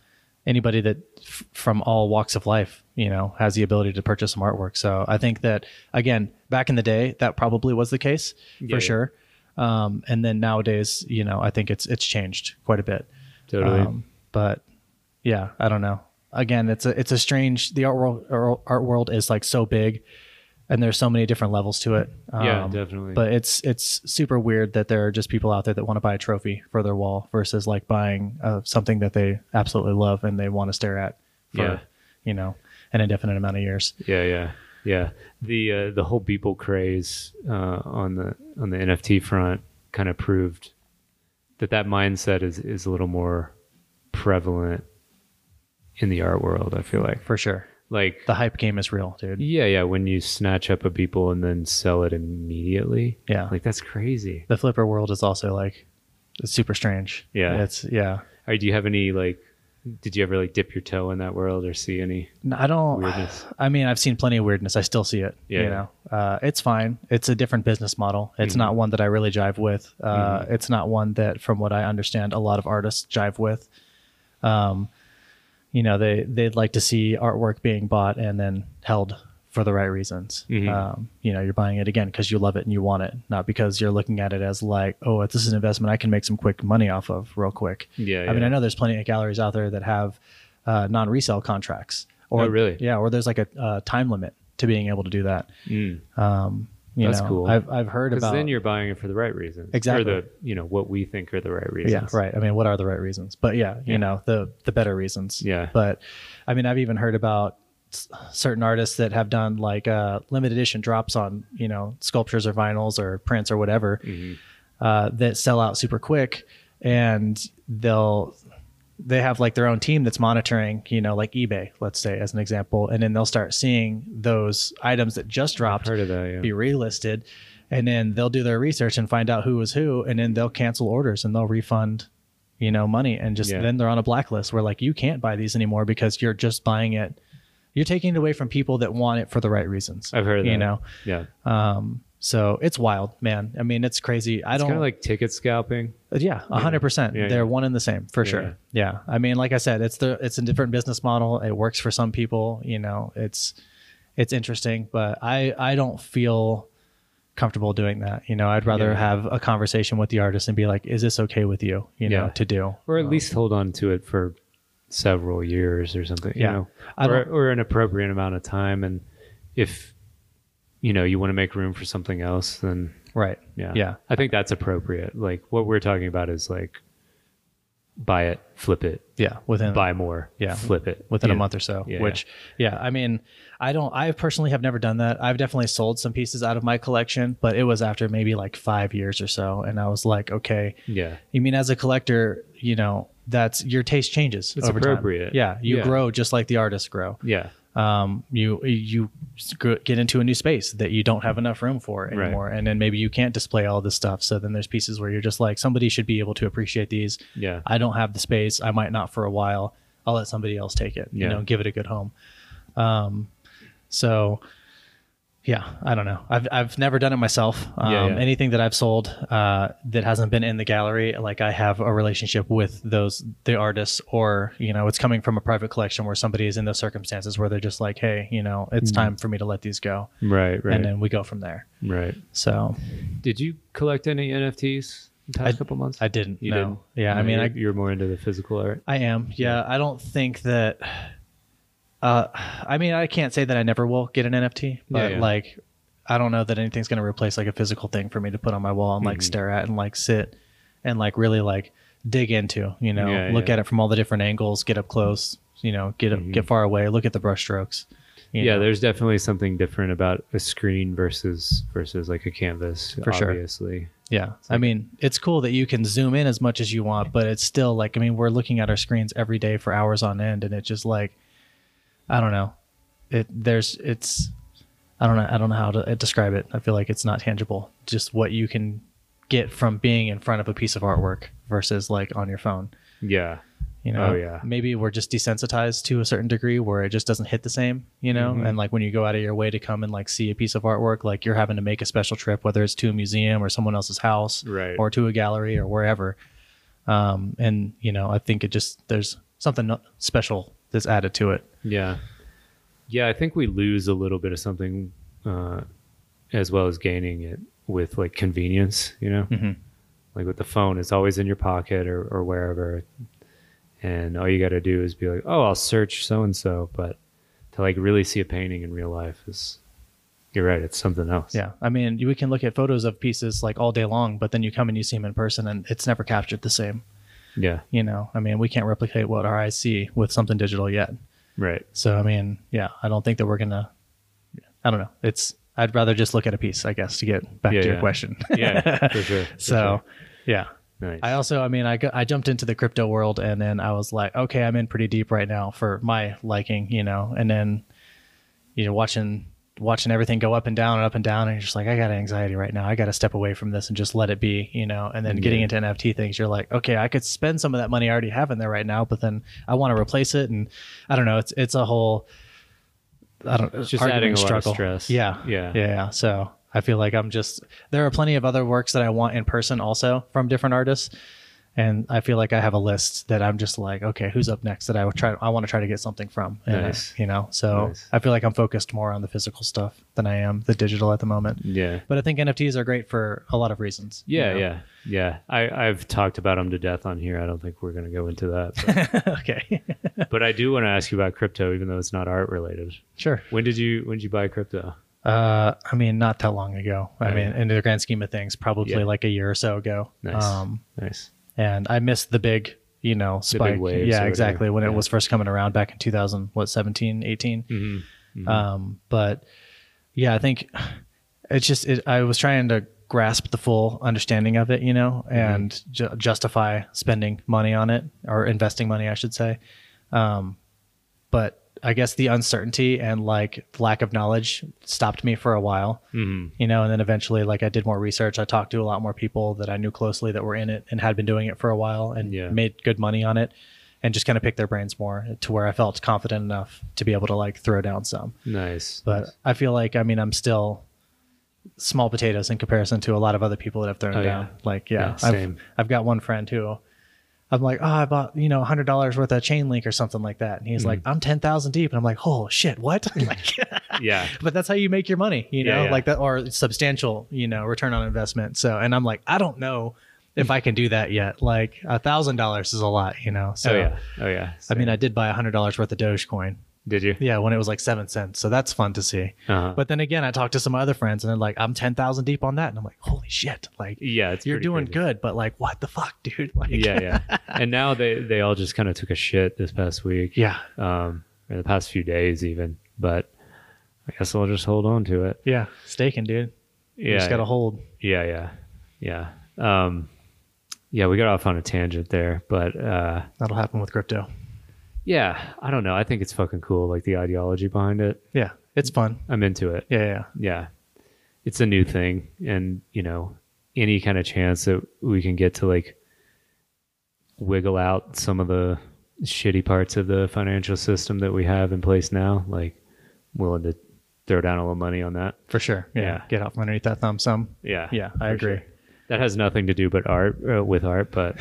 anybody that f- from all walks of life, you know, has the ability to purchase some artwork. So I think that, again, back in the day, that probably was the case for Yeah, yeah. sure. Um, and then nowadays, you know, I think it's, it's changed quite a bit. Totally. Um, but yeah, I don't know. Again, it's a it's a strange. The art world or art world is like so big, and there's so many different levels to it. Yeah, definitely. um, But it's it's super weird that there are just people out there that want to buy a trophy for their wall versus like buying uh, something that they absolutely love and they want to stare at for Yeah. you know an indefinite amount of years. Yeah, yeah, yeah. The uh, the whole Beeple craze uh, on the on the NFT front kind of proved that that mindset is is a little more prevalent in the art world. I feel like, For sure, like, the hype game is real, dude. yeah, yeah. When you snatch up a Beeple and then sell it immediately, Yeah, like that's crazy. the flipper world is also like it's super strange. Yeah. it's yeah. All right, do you have any like? Did you ever like dip your toe in that world or see any? No, I don't. Weirdness. I mean, I've seen plenty of weirdness. I still see it. Yeah. Mm-hmm. You know, uh, it's fine. It's a different business model. It's not one that I really jive with. Uh, It's not one that, from what I understand, a lot of artists jive with. Um, you know, they they'd like to see artwork being bought and then held for the right reasons. Mhm. Um, you know, you're buying it again because you love it and you want it, not because you're looking at it as like, oh, this is an investment I can make some quick money off of real quick. Yeah, I mean, yeah. I know there's plenty of galleries out there that have uh, non-resale contracts. Or Oh, really? Yeah, or there's like a, uh time limit to being able to do that. Mm. Um, you That's know, cool. I've I've heard Because about. then you're buying it for the right reasons, Exactly. Or the you know what we think are the right reasons. yeah, right. I mean, what are the right reasons? But yeah, you Yeah. know, the the better reasons. Yeah. But I mean, I've even heard about s- certain artists that have done like uh, limited edition drops on you know sculptures or vinyls or prints or whatever uh, that sell out super quick, and they'll they have like their own team that's monitoring, you know, like eBay, let's say as an example, and then they'll start seeing those items that just dropped Heard of that? Yeah. be relisted, and then they'll do their research and find out who was who, and then they'll cancel orders and they'll refund, you know, money, and just Yeah. then they're on a blacklist where like you can't buy these anymore because you're just buying it, you're taking it away from people that want it for the right reasons. I've heard of that. you know, Yeah. um, so it's wild, man. I mean, it's crazy. I It's don't kind of like ticket scalping. uh, Yeah, a hundred percent. Yeah, yeah. They're one and the same for Yeah, sure. yeah. Yeah. I mean, like I said, it's the it's a different business model. It works for some people. You know, it's it's interesting, but I I don't feel comfortable doing that. You know, I'd rather Yeah. have a conversation with the artist and be like, "Is this okay with you?" You know, Yeah. to do Or at least hold on to it for several years or something, Yeah. you know, I or, or an appropriate amount of time. And if, you know, you want to make room for something else, then right. yeah. Yeah. I think that's appropriate. Like what we're talking about is like buy it, flip it, Yeah, within buy more, Yeah. flip it within a Yeah. month or so. Yeah, which, yeah. I mean, I don't. I personally have never done that. I've definitely sold some pieces out of my collection, but it was after maybe like five years or so, and I was like, okay. Yeah. I mean, as a collector, you know, that's your taste changes. It's over time. appropriate. Yeah, you Yeah. grow just like the artists grow. Yeah. Um, you you sc- get into a new space that you don't have enough room for anymore, and then maybe you can't display all this stuff. So then there's pieces where you're just like, somebody should be able to appreciate these. Yeah. I don't have the space. I might not for a while. I'll let somebody else take it. Yeah. You know, give it a good home. Um, so yeah, I don't know. I've I've never done it myself. Um, Yeah, yeah. Anything that I've sold uh, that hasn't been in the gallery, like I have a relationship with those the artists, or you know, it's coming from a private collection where somebody is in those circumstances where they're just like, hey, you know, it's time for me to let these go, Right. Mm. Right. and then we go from there. right. So Did you collect any NFTs in the past couple months? I didn't. You know. didn't? Yeah, I No, mean, you're, I you're more into the physical art. I am. Yeah, I don't think that. Uh, I mean, I can't say that I never will get an NFT, but yeah. like, I don't know that anything's going to replace like a physical thing for me to put on my wall and Mm-hmm. like stare at and like sit and like really like dig into. You know, Yeah, look yeah. Mm-hmm. at it from all the different angles, get up close. You know, get up, get far away, look at the brush strokes. you yeah know. there's definitely something different about a screen versus versus like a canvas For sure. obviously Yeah. I mean, it's cool that you can zoom in as much as you want, but it's still like, I mean, we're looking at our screens every day for hours on end. And it's just like, I don't know. It, there's, it's, I don't know. I don't know how to uh, describe it. I feel like it's not tangible. Just what you can get from being in front of a piece of artwork versus like on your phone. Yeah. You know, Oh, yeah. maybe we're just desensitized to a certain degree where it just doesn't hit the same, you know? Mhm. And like when you go out of your way to come and like see a piece of artwork, like you're having to make a special trip, whether it's to a museum or someone else's house Right. or to a gallery or wherever. Um, and, you know, I think it just, there's something special that's added to it. Yeah. Yeah, I think we lose a little bit of something uh, as well as gaining it with like convenience, you know? Mhm. Like with the phone, it's always in your pocket or, or wherever. And all you got to do is be like, oh, I'll search so and so. But to like really see a painting in real life is, you're right, it's something else. Yeah. I mean, you- we can look at photos of pieces like all day long, but then you come and you see them in person and it's never captured the same, Yeah. you know? I mean, we can't replicate what our eyes see with something digital yet. Right. So I mean, yeah, I don't think that we're gonna. I don't know. It's I'd rather just look at a piece, I guess, to get back Yeah, to your yeah. question. Yeah. for sure. for so, yeah. sure. nice. I also, I mean, I, got, I jumped into the crypto world and then I was like, okay, I'm in pretty deep right now for my liking, you know. And then, you know, watching watching everything go up and down and up and down, and you're just like, I got anxiety right now. I got to step away from this and just let it be, you know. And then getting Yeah. into NFT things, you're like, okay, I could spend some of that money I already have in there right now, but then I want to replace it, and I don't know. It's it's a whole. I don't. It's just hard to adding even a lot of struggle. stress. Yeah. Yeah. Yeah. So I feel like I'm just there are plenty of other works that I want in person also from different artists. And I feel like I have a list that I'm just like, okay, who's up next that I would try I want to try to get something from. And, uh, Nice. you know, so Nice. I feel like I'm focused more on the physical stuff than I am the digital at the moment. yeah. But I think NFTs are great for a lot of reasons. you Yeah, know? yeah, yeah. I, I've talked about them to death on here. I don't think we're going to go into that. But, okay. but I do want to ask you about crypto, even though it's not art related. sure. When did you when did you buy crypto? Uh, I mean, not that long ago. I Yeah. mean, in the grand scheme of things, probably Yeah. like a year or so ago. Um, Nice. Nice. and I missed the big, you know, spike. waves or yeah, whatever. exactly. When Yeah. it was first coming around back in 2000, what, 17, 18? Mm-hmm. Um, but yeah, I think it's just, it, I was trying to grasp the full understanding of it, you know, Mm-hmm. and ju- justify spending money on it or investing money, I should say. Um, but I guess the uncertainty and like lack of knowledge stopped me for a while hmm you know and then eventually like i did more research i talked to a lot more people that i knew closely that were in it and had been doing it for a while and Yeah. made good money on it and just kind of picked their brains more to where i felt confident enough to be able to like throw down some Nice. but i feel like i mean i'm still small potatoes in comparison to a lot of other people that have thrown Oh, yeah. down like yeah, Yeah, I've, same. I've got one friend who i'm like oh i bought you know $100 worth of chain link or something like that and he's Mm-hmm. like i'm 10000 deep and i'm like oh shit what like yeah. but that's how you make your money, you Yeah, know, yeah. like that or substantial, you know, return on investment. So, and I'm like, I don't know if I can do that yet. Like a thousand dollars is a lot, you know? So, oh yeah. Oh yeah. I mean, I did buy a hundred dollars worth of Dogecoin. did you? Yeah. When it was like seven cents. So that's fun to see. Uh-huh. But then again, I talked to some other friends and they're like, I'm 10,000 deep on that. And I'm like, holy shit. Like yeah, it's you're pretty doing crazy. good, but like, what the fuck, dude? Like, Yeah, yeah. and now they they all just kind of took a shit this past week. yeah. Um, or the past few days even. But I guess I'll just hold on to it. Yeah. Staking, dude. Yeah. you just got to hold. Yeah, yeah, yeah. Um, yeah, we got off on a tangent there, but uh, That'll happen with crypto. yeah, I don't know. I think it's fucking cool, like the ideology behind it. Yeah. It's fun. I'm into it. Yeah. Yeah. Yeah, it's a new thing, and you know, any kind of chance that we can get to like wiggle out some of the shitty parts of the financial system that we have in place now, like willing to throw down a little money on that. For sure. Yeah. Yeah. Get out from underneath that thumb some. Yeah, Yeah, I for agree. sure. That has nothing to do but art uh, with art, but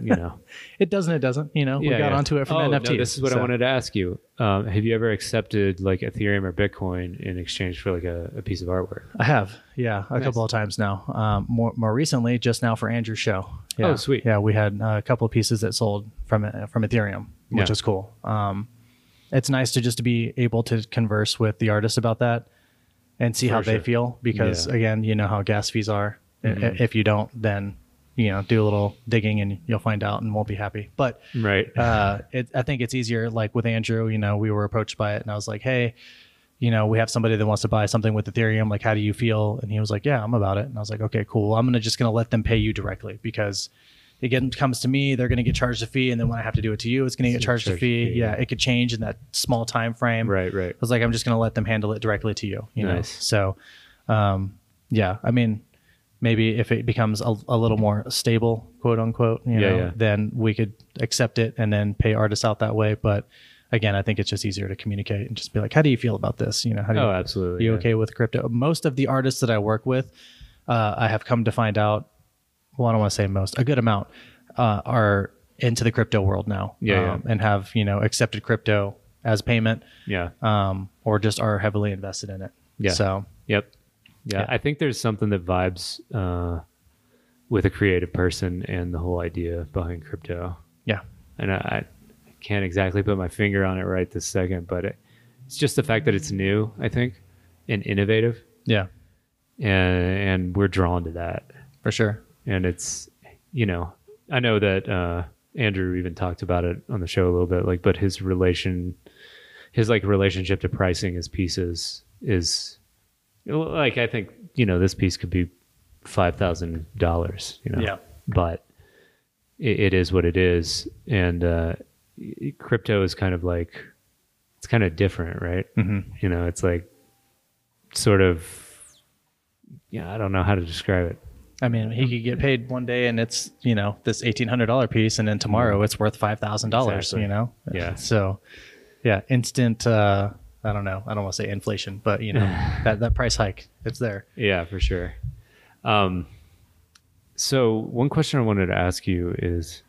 you know. It doesn't. It doesn't. You know, we Yeah, got yeah. onto it from Oh, no, NFTs. this is what I so- wanted to ask you. Um, have you ever accepted like Ethereum or Bitcoin in exchange for like a, a piece of artwork? I have, yeah, a Nice. couple of times now. Um, more more recently, just now for Andrew's show. Yeah. Oh, sweet. Yeah, we had uh, a couple of pieces that sold from uh, from Ethereum, which Yeah. is cool. Um, it's nice to just to be able to converse with the artist about that and see For how sure. they feel because Yeah. again, you know how gas fees are. I- Mhm. If you don't, then you know do a little digging and you'll find out and won't be happy. But Right. uh, it, I think it's easier. Like with Andrew, you know, we were approached by it, and I was like, "Hey, you know, we have somebody that wants to buy something with Ethereum. Like, how do you feel?" And he was like, "Yeah, I'm about it." And I was like, "Okay, cool. I'm gonna just gonna let them pay you directly because it get, comes to me, they're gonna get charged a fee, and then when I have to do it to you, it's gonna get It's charged a charged a fee. fee, Yeah, yeah. it could change in that small time frame. Um, right. Right. I was like, I'm just gonna let them handle it directly to you. You know, Nice. so um, yeah. I mean, maybe if it becomes a, a little more stable, quote unquote, you Yeah, know, yeah. then we could accept it and then pay artists out that way. But again, I think it's just easier to communicate and just be like, how do you feel about this? You know, how do you, Oh, absolutely. you yeah. okay with crypto? Most of the artists that I work with, uh, I have come to find out, well, I don't want to say most, a good amount uh, are into the crypto world now um, Yeah, yeah. and have, you know, accepted crypto as payment Yeah. um, or just are heavily invested in it. Yeah. So Yep. Yeah, Yeah. I think there's something that vibes uh, with a creative person and the whole idea behind crypto. yeah, And I, I can't exactly put my finger on it right this second, but it, it's just the fact that it's new, I think, and innovative, yeah, and, and we're drawn to that. for sure. And it's, you know, I know that uh, Andrew even talked about it on the show a little bit, like, but his relation, his like relationship to pricing his pieces is like I think you know this piece could be five thousand dollars. You know, Yeah. But it, it is what it is, and uh, y- crypto is kind of like it's kind of different, right? Mhm. You know, it's like sort of yeah. I don't know how to describe it. I mean, he could get paid one day and it's, you know, this $1,800 piece and then tomorrow it's worth $5,000, Exactly. you know? Yeah. So, yeah, instant, uh, I don't know. I don't want to say inflation, but, you know, that, that price hike, it's there. Yeah, for sure. Um, so one question I wanted to ask you is,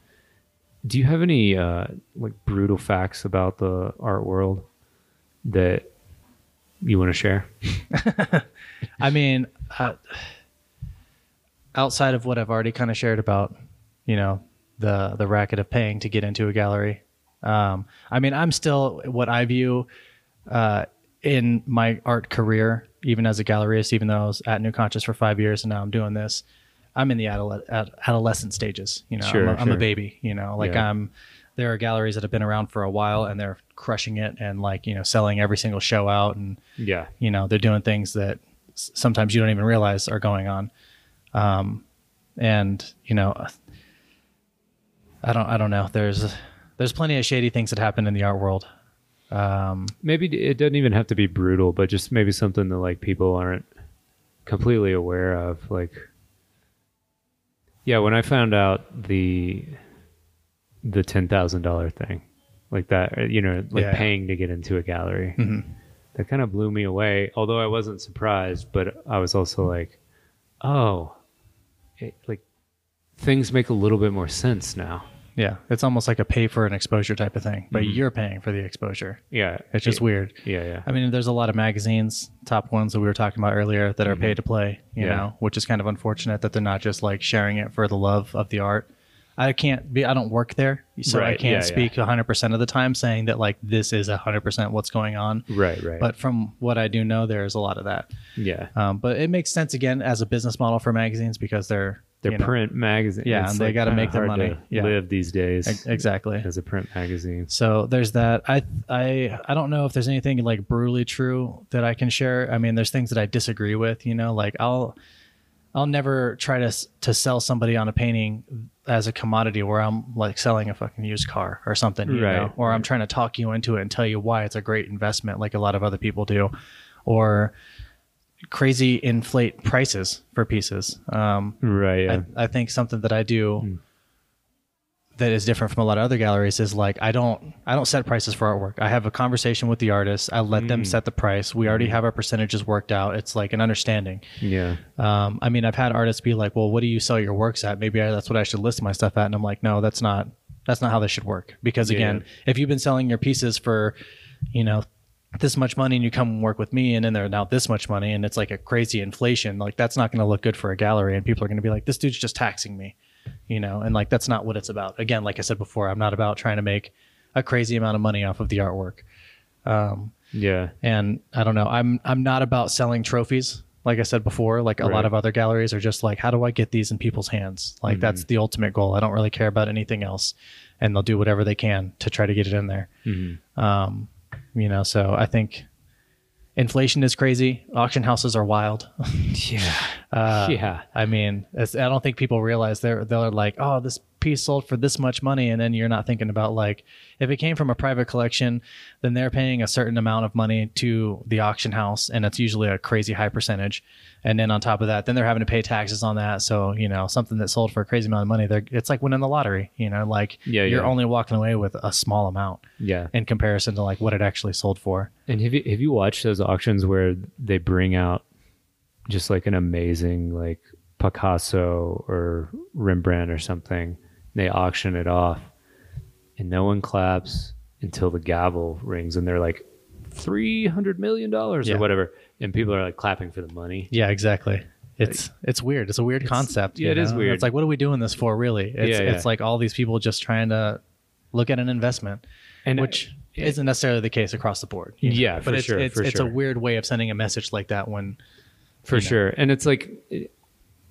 do you have any uh, like brutal facts about the art world that you want to share? I mean, uh, outside of what I've already kind of shared about, you know, the the racket of paying to get into a gallery. Um, I mean, I'm still what I view uh, in my art career, even as a galleryist, even though I was at New Conscious for five years and now I'm doing this. I'm in the adole- ad- adolescent stages, you know. Sure, I'm, a, am a sure. baby, you know. Like Yeah. I'm, there are galleries that have been around for a while and they're crushing it and like you know selling every single show out and Yeah, you know they're doing things that s- sometimes you don't even realize are going on um and you know i don't i don't know there's there's plenty of shady things that happen in the art world Um, maybe d- it doesn't even have to be brutal, but just maybe something that like people aren't completely aware of. Like, yeah, when I found out the the ten thousand dollar thing, like that, you know, like Yeah. paying to get into a gallery, that kind of blew me away. Although I wasn't surprised, but I was also like, oh, it, like things make a little bit more sense now. yeah it's almost like a pay for an exposure type of thing but you're paying for the exposure Yeah, it's just weird yeah, yeah, i mean there's a lot of magazines top ones that we were talking about earlier that are pay to play you Mm-hmm. Yeah. know which is kind of unfortunate that they're not just like sharing it for the love of the art i can't be i don't work there so i Right, can't yeah, yeah. speak 100% of the time saying that like this is 100% what's going on right, right, uh, but from what I do know, there is a lot of that. yeah. Um, but it makes sense again as a business model for magazines because they're They're you know, print magazine. Yeah, It's, and they like, gotta kinda make their hard money. to Yeah. Live these days ex- exactly. as a print magazine. So there's that. I I I don't know if there's anything like brutally true that I can share. I mean, there's things that I disagree with. You know, like I'll I'll never try to s- to sell somebody on a painting as a commodity where I'm like selling a fucking used car or something, you Right, know, or I'm trying to talk you into it and tell you why it's a great investment, like a lot of other people do, or crazy inflate prices for pieces. Um, Right. Yeah. I, I think something that I do that is different from a lot of other galleries is like I don't I don't set prices for artwork. I have a conversation with the artist. I let them set the price. We already have our percentages worked out. It's like an understanding. yeah. Um, I mean, I've had artists be like, "Well, what do you sell your works at?" Maybe I, that's what I should list my stuff at, and I'm like, "No, that's not that's not how this should work." Because again, if you've been selling your pieces for, you know, this much money, and you come work with me, and then they're now this much money, and it's like a crazy inflation, like that's not going to look good for a gallery, and people are going to be like, "This dude's just taxing me," you know, and like that's not what it's about. Again, like I said before, I'm not about trying to make a crazy amount of money off of the artwork Um, Yeah. and I don't know. I'm I'm not about selling trophies. Like I said before, like a Right. Mm-hmm. lot of other galleries are just like, how do I get these in people's hands? Like that's the ultimate goal. I don't really care about anything else, and they'll do whatever they can to try to get it in there. Mm-hmm. Um, you know, so I think inflation is crazy. Auction houses are wild. Yeah. Uh, yeah. I mean, it's, I don't think people realize they're they're like, oh, this piece sold for this much money and then you're not thinking about like if it came from a private collection then they're paying a certain amount of money to the auction house and it's usually a crazy high percentage and then on top of that then they're having to pay taxes on that so you know something that sold for a crazy amount of money they're it's like winning the lottery you know like Yeah, you're yeah. only walking away with a small amount Yeah. in comparison to like what it actually sold for And have you have you watched those auctions where they bring out just like an amazing like Picasso or Rembrandt or something? They auction it off, and no one claps until the gavel rings, and they're like three hundred million dollars Yeah. or whatever, and people are like clapping for the money. yeah exactly it's it's weird. It's a weird concept. yeah, you it is know? weird. It's like, what are we doing this for, really? It's, Yeah, yeah. it's like all these people just trying to look at an investment. And which it- isn't necessarily the case across the board. you Yeah, for but it's, sure, It's, for it's a sure. weird way of sending a message like that when for you know. sure and it's like it-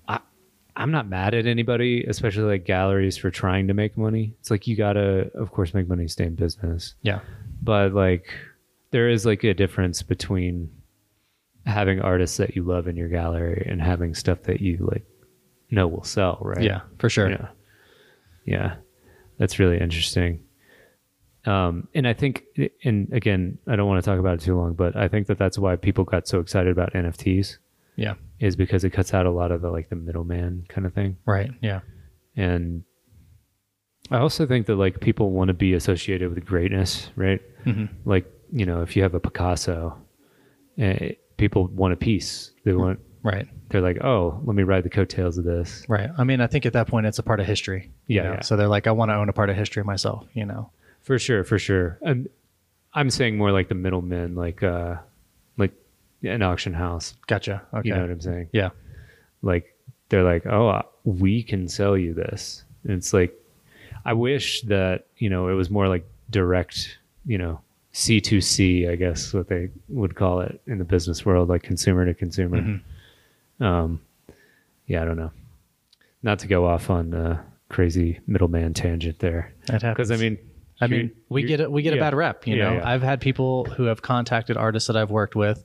i i'm not mad at anybody especially like galleries for trying to make money it's like you gotta of course make money stay in business yeah, but like there is like a difference between having artists that you love in your gallery and having stuff that you like know will sell right yeah, for sure. yeah. Yeah. That's really interesting. Um, and I think, and again, I don't want to talk about it too long, but I think that that's why people got so excited about NFTs Yeah. is because it cuts out a lot of the, like the middleman kind of thing. Right. Yeah. And I also think that like people want to be associated with greatness, right? Mhm. Like, you know, if you have a Picasso, eh, people want a piece. They want, Right. they're like, oh, let me ride the coattails of this. Right. I mean, I think at that point it's a part of history. you Yeah, know? yeah. So they're like, I want to own a part of history myself. You know. For sure, for sure. I'm, I'm saying more like the middlemen, like uh, like an auction house. Gotcha. Okay. You know what I'm saying? yeah. Like they're like, oh, uh, we can sell you this. And it's like, I wish that you know it was more like direct, you know, C two C, I guess what they would call it in the business world, like consumer to consumer. Um, yeah, I don't know. Not to go off on a crazy middleman tangent there, That happens. because I mean, I you're- mean, we you're- get a, we get a yeah. bad rep. You Yeah, know, yeah. I've had people who have contacted artists that I've worked with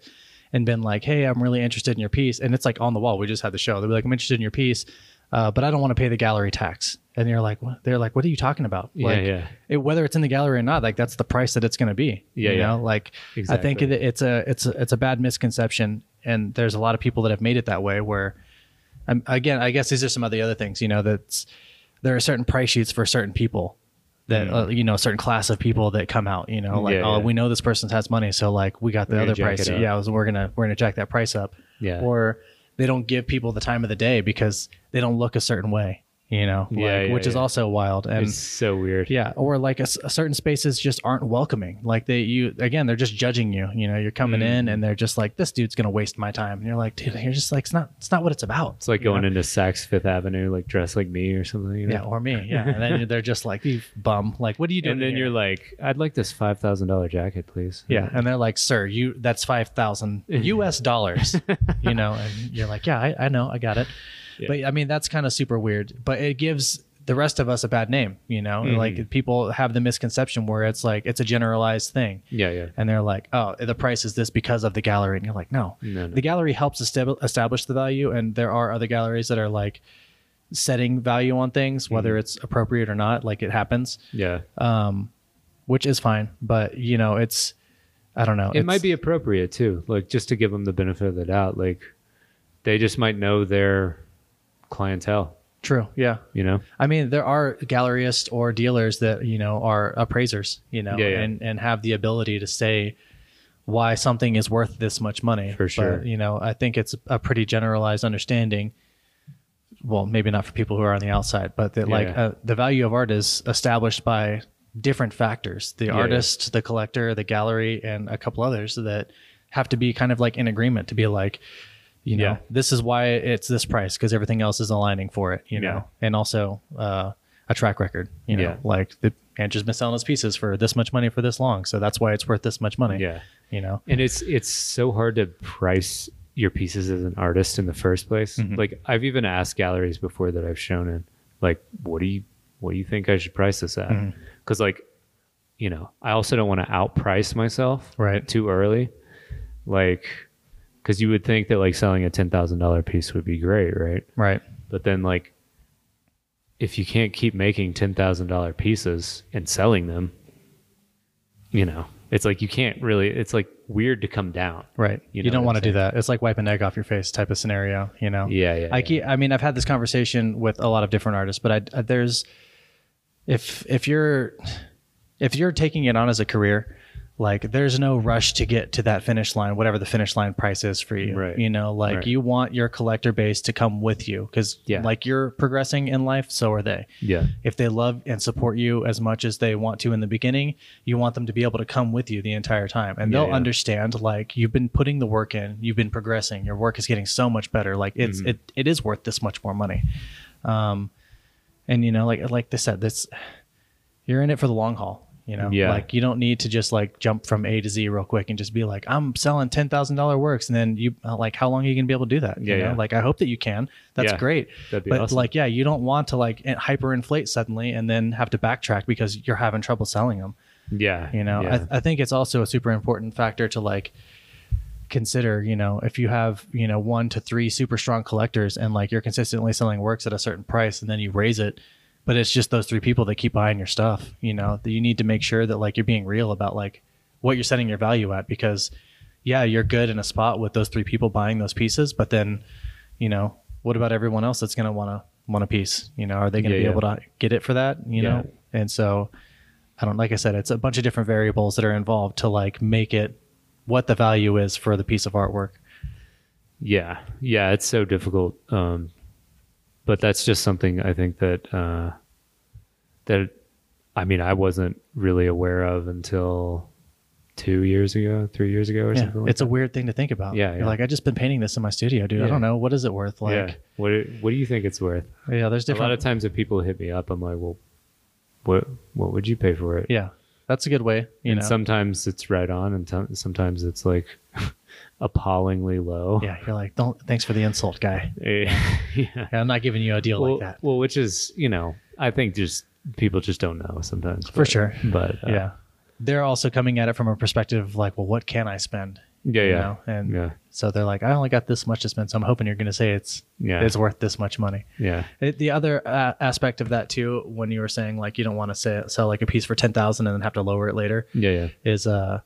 and been like, "Hey, I'm really interested in your piece," and it's like on the wall. We just had the show. They'll be like, "I'm interested in your piece, uh, but I don't want to pay the gallery tax." And you're like, what? "They're like, what are you talking about?" Yeah, like, yeah. It, whether it's in the gallery or not, like that's the price that it's going to be. Yeah, you yeah. know, like I think it, Exactly. it's a it's a, it's a bad misconception, and there's a lot of people that have made it that way where. Um, again, I guess these are some of the other things, you know, that's there are certain price sheets for certain people that, Mm. uh, you know, a certain class of people that come out, you know, like, Yeah, oh, yeah. we know this person has money. So like we got the We're gonna other jack price. it up. Yeah. So we're going to, we're going to jack that price up Yeah. or they don't give people the time of the day because they don't look a certain way, you know, like, Yeah, yeah, which is yeah. also wild. And it's so weird. yeah, or like a, s- a certain spaces just aren't welcoming. Like they, you again, they're just judging you. You know, you're coming Mm. in and they're just like, "This dude's gonna waste my time." And you're like, "Dude, you're just like, it's not, it's not what it's about." It's like going into Saks Fifth Avenue, like dressed like me or something. You know? Yeah, or me. Yeah, and then they're just like, "You bum!" Like, what are you doing? And then here?" you're like, I'd like this five thousand dollar jacket, please. yeah, and they're like, "Sir, you that's five thousand U.S. dollars," you know, and you're like, "Yeah, I, I know, I got it." Yeah. But I mean, that's kind of super weird. But it gives the rest of us a bad name, you know. Mm-hmm. Like people have the misconception where it's like it's a generalized thing. yeah, yeah. and they're like, "Oh, the price is this because of the gallery," and you're like, "No, No, no. the gallery helps estab- establish the value, and there are other galleries that are like setting value on things, Mm. whether it's appropriate or not. Like it happens, um, yeah. which is fine, but you know, it's I don't know. it might be appropriate too, like just to give them the benefit of the doubt. Like they just might know their clientele. true, yeah. You know, I mean, there are galleryists or dealers that you know are appraisers, you know, Yeah, yeah. and and have the ability to say why something is worth this much money. For sure. but, you know, I think it's a pretty generalized understanding. Well, maybe not for people who are on the outside, but that Yeah, like yeah. Uh, the value of art is established by different factors: the Yeah, yeah. artist, the collector, the gallery, and a couple others that have to be kind of like in agreement to be like, you know Yeah. this is why it's this price because everything else is aligning for it you know Yeah. and also uh, a track record you know Yeah. like the andrew's been selling his pieces for this much money for this long so that's why it's worth this much money yeah. you know And it's it's so hard to price your pieces as an artist in the first place. Like I've even asked galleries before that I've shown in, like, what do you what do you think I should price this at? Because like, you know, I also don't want to outprice myself Right. too early, like, because you would think that like selling a ten thousand dollar piece would be great, right? right But then like, if you can't keep making ten thousand dollar pieces and selling them, you know, it's like you can't really. It's like weird to come down. Right. You You, know don't what want to I'm do that. It's like wiping egg off your face type of scenario, you know? Yeah, yeah. I yeah. keep, I mean, I've had this conversation with a lot of different artists, but I, I there's if if you're if you're taking it on as a career, like there's no rush to get to that finish line, whatever the finish line price is for you. Right. You know, like Right. you want your collector base to come with you because Yeah. like you're progressing in life, so are they. yeah, If they love and support you as much as they want to in the beginning, you want them to be able to come with you the entire time. And Yeah, they'll yeah. understand like you've been putting the work in, you've been progressing, your work is getting so much better. Like it's Mm-hmm. it, it is worth this much more money. Um and you know, like like they said, this you're in it for the long haul. You know, Yeah. like you don't need to just like jump from A to Z real quick and just be like, I'm selling ten thousand dollar works, and then you uh, like, how long are you gonna be able to do that? You Yeah, know? yeah. like I hope that you can. That's Yeah. great that'd be but awesome. like yeah you don't want to like in- hyperinflate suddenly and then have to backtrack because you're having trouble selling them yeah, you know yeah, I, I think it's also a super important factor to like consider you know if you have you know one to three super strong collectors and like you're consistently selling works at a certain price and then you raise it but it's just those three people that keep buying your stuff you know that you need to make sure that like you're being real about like what you're setting your value at because yeah you're good in a spot with those three people buying those pieces but then you know what about everyone else that's going to want to want a piece you know are they going to Yeah, be yeah. able to get it for that you Yeah. know and so I don't like I said, it's a bunch of different variables that are involved to like make it what the value is for the piece of artwork. yeah, yeah. It's so difficult, um, but that's just something I think that uh, that I mean I wasn't really aware of until two years ago, three years ago, or Yeah, something. Like it's a weird thing to think about. Yeah, You're yeah. like, I just been painting this in my studio, dude. Yeah. I don't know. What is it worth? that. Like, yeah. What do- What do you think it's worth? yeah, there's different. A lot of times, if people hit me up, I'm like, well, what What would you pay for it? yeah. That's a good way. You and know, sometimes it's right on, and t- sometimes it's like appallingly low. yeah, you're like, don't, thanks for the insult guy. Yeah. yeah. Yeah, I'm not giving you a deal Well, like that. well, which is you know, I think just people just don't know sometimes. For but- sure. But uh, yeah. They're also coming at it from a perspective of like, well, what can I spend? yeah, You yeah, know, and yeah, so they're like, I only got this much to spend. So I'm hoping you're going to say it's, Yeah. it's worth this much money. yeah, It, the other uh, aspect of that too, when you were saying like you don't want to sell, sell like a piece for ten thousand and then have to lower it later, yeah, yeah, is uh,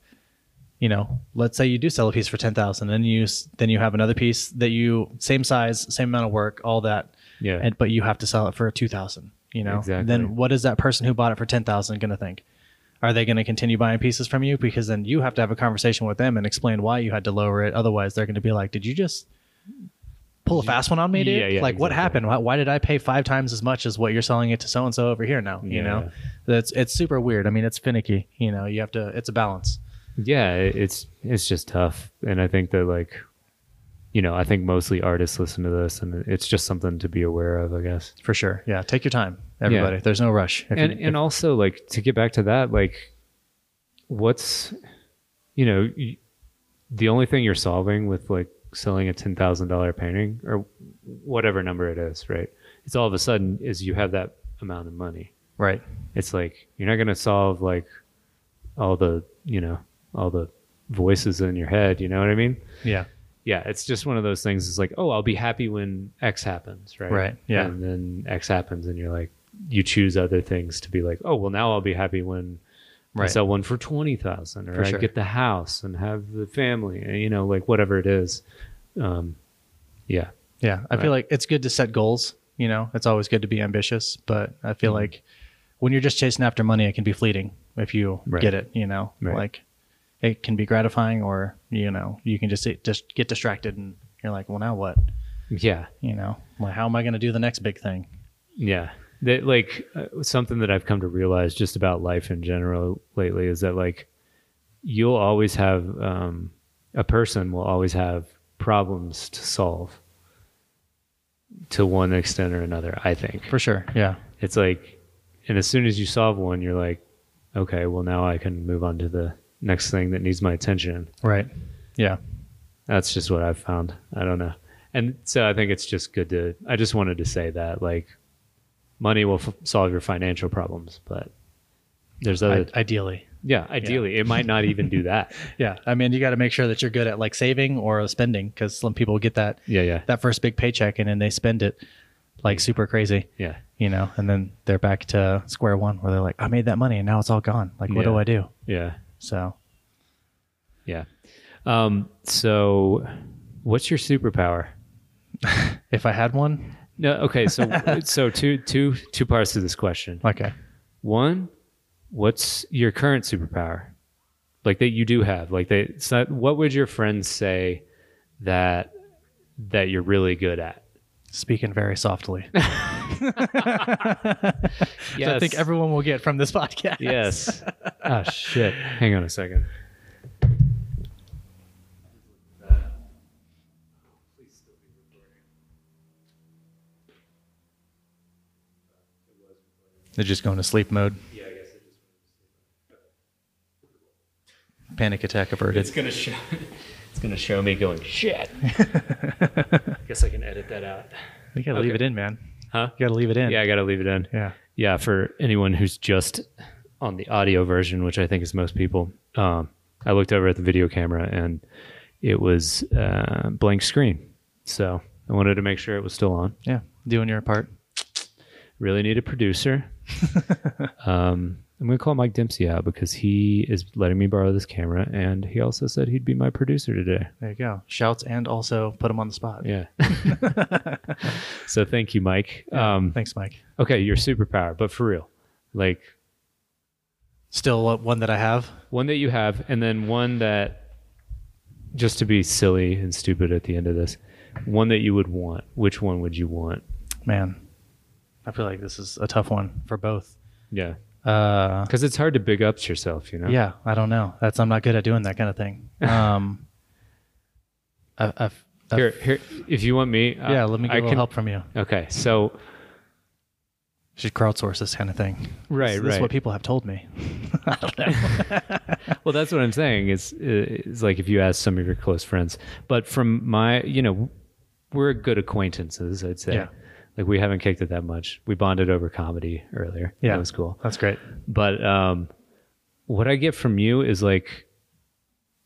you know, let's say you do sell a piece for ten thousand, then you s- then you have another piece that you same size, same amount of work, all that, yeah, and but you have to sell it for two thousand. You know, Exactly. then what is that person who bought it for ten thousand going to think? Are they going to continue buying pieces from you? Because then you have to have a conversation with them and explain why you had to lower it. Otherwise, they're going to be like, "Did you just pull a fast one on me, dude? Yeah, yeah, like, what exactly. happened? Why, why did I pay five times as much as what you're selling it to so and so over here now? Yeah, You know, yeah. that's it's super weird. I mean, it's finicky. You know, you have to. It's a balance. yeah. it- It's it's just tough, and I think that like, you know, I think mostly artists listen to this, and it's just something to be aware of, I guess. For sure. Yeah. Take your time, everybody. There's no rush. If and you- and also like to get back to that like what's you know y- the only thing you're solving with like selling a $10,000 painting or whatever number it is right it's all of a sudden is you have that amount of money right. it's like you're not going to solve like all the you know all the voices in your head you know what i mean Yeah. yeah it's just one of those things it's like oh i'll be happy when x happens right Right, yeah. and then x happens and you're like you choose other things to be like oh well now i'll be happy when i Right. sell one for 20000 or For i sure. get the house and have the family and, you know like whatever it is um yeah Yeah, I feel like it's good to set goals. You know, it's always good to be ambitious, but I feel Mm-hmm. like when you're just chasing after money, it can be fleeting if you Right. get it. You know, Right. like it can be gratifying, or you know, you can just just get distracted and you're like, well, now what? yeah You know, like how am I going to do the next big thing? Yeah. That like uh, something that I've come to realize just about life in general lately is that like you'll always have um a person will always have problems to solve to one extent or another, I think. For sure. Yeah. It's like and as soon as you solve one, you're like, okay, well now I can move on to the next thing that needs my attention. Right. Yeah. That's just what I've found. I don't know. And so I think it's just good to, I just wanted to say that like money will f- solve your financial problems, but there's other, I- ideally. yeah, ideally it might not even do that. Yeah. I mean, you got to make sure that you're good at like saving or spending because some people get that Yeah. Yeah. that first big paycheck and then they spend it like Yeah. super crazy, Yeah. you know. And then they're back to square one where they're like, I made that money and now it's all gone. Like, what do Yeah. I do? Yeah. So Yeah. Um, so what's your superpower? if I had one, No, okay, so so two two two parts to this question. okay, One, what's your current superpower? Like that you do have. Like they it's not, what would your friends say that that you're really good at? speaking very softly. Yes. I think everyone will get from this podcast. Yes. oh shit. Hang on a second. They're just going to sleep mode. Yeah, I guess it just Panic attack averted. gonna show it's gonna show me going shit. I guess I can edit that out. You gotta leave it in, man. Huh? You gotta leave it in. Yeah, I gotta leave it in. Yeah. yeah, for anyone who's just on the audio version, which I think is most people, um, I looked over at the video camera and it was uh, blank screen. So I wanted to make sure it was still on. Yeah. Doing your part. Really need a producer. um, I'm going to call Mike Dempsey out because he is letting me borrow this camera and he also said he'd be my producer today. There you go. Shouts and also put them on the spot. Yeah. so thank you, Mike. Um, Thanks, Mike. okay, your superpower, but for real, like Still uh, one that I have. One that you have, and then one that, just to be silly and stupid at the end of this, one that you would want. Which one would you want? Man, I feel like this is a tough one for both. Yeah, Uh, because it's hard to big up yourself, you know. yeah, I don't know. That's I'm not good at doing that kind of thing. Um, I, I've, I've- Here, here. If you want me, uh, yeah, let me get I a little can- help from you. Okay, so Should crowdsource this kind of thing. right, This right. is what people have told me. I don't know. well, that's what I'm saying. Is is like if you ask some of your close friends, but from my, you know, we're good acquaintances. I'd say. Yeah. Like we haven't kicked it that much. We bonded over comedy earlier. Yeah. that was cool. That's great. but um, what I get from you is like,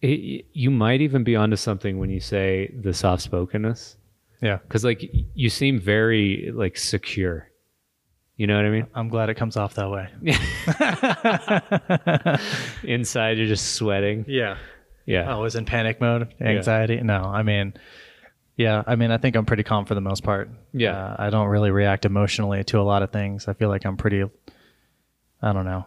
it, you might even be onto something when you say the soft spokenness, Yeah. because like you seem very like secure. You know what I mean? I'm glad it comes off that way. Inside, you're just sweating. Yeah. Yeah, Always in panic mode, anxiety. No, I mean, yeah, I mean, I think I'm pretty calm for the most part. Yeah. Uh, I don't really react emotionally to a lot of things. I feel like I'm pretty, I don't know,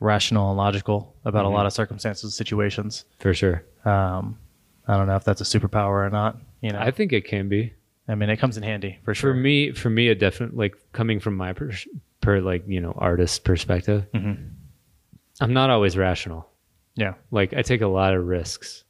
rational and logical about Mm-hmm. a lot of circumstances, situations. for sure. Um, I don't know if that's a superpower or not. You know, I think it can be. I mean, it comes in handy for For sure. me, for me, it definitely like coming from my per, per like you know artist perspective. I'm not always rational. Mm-hmm. yeah. Like I take a lot of risks.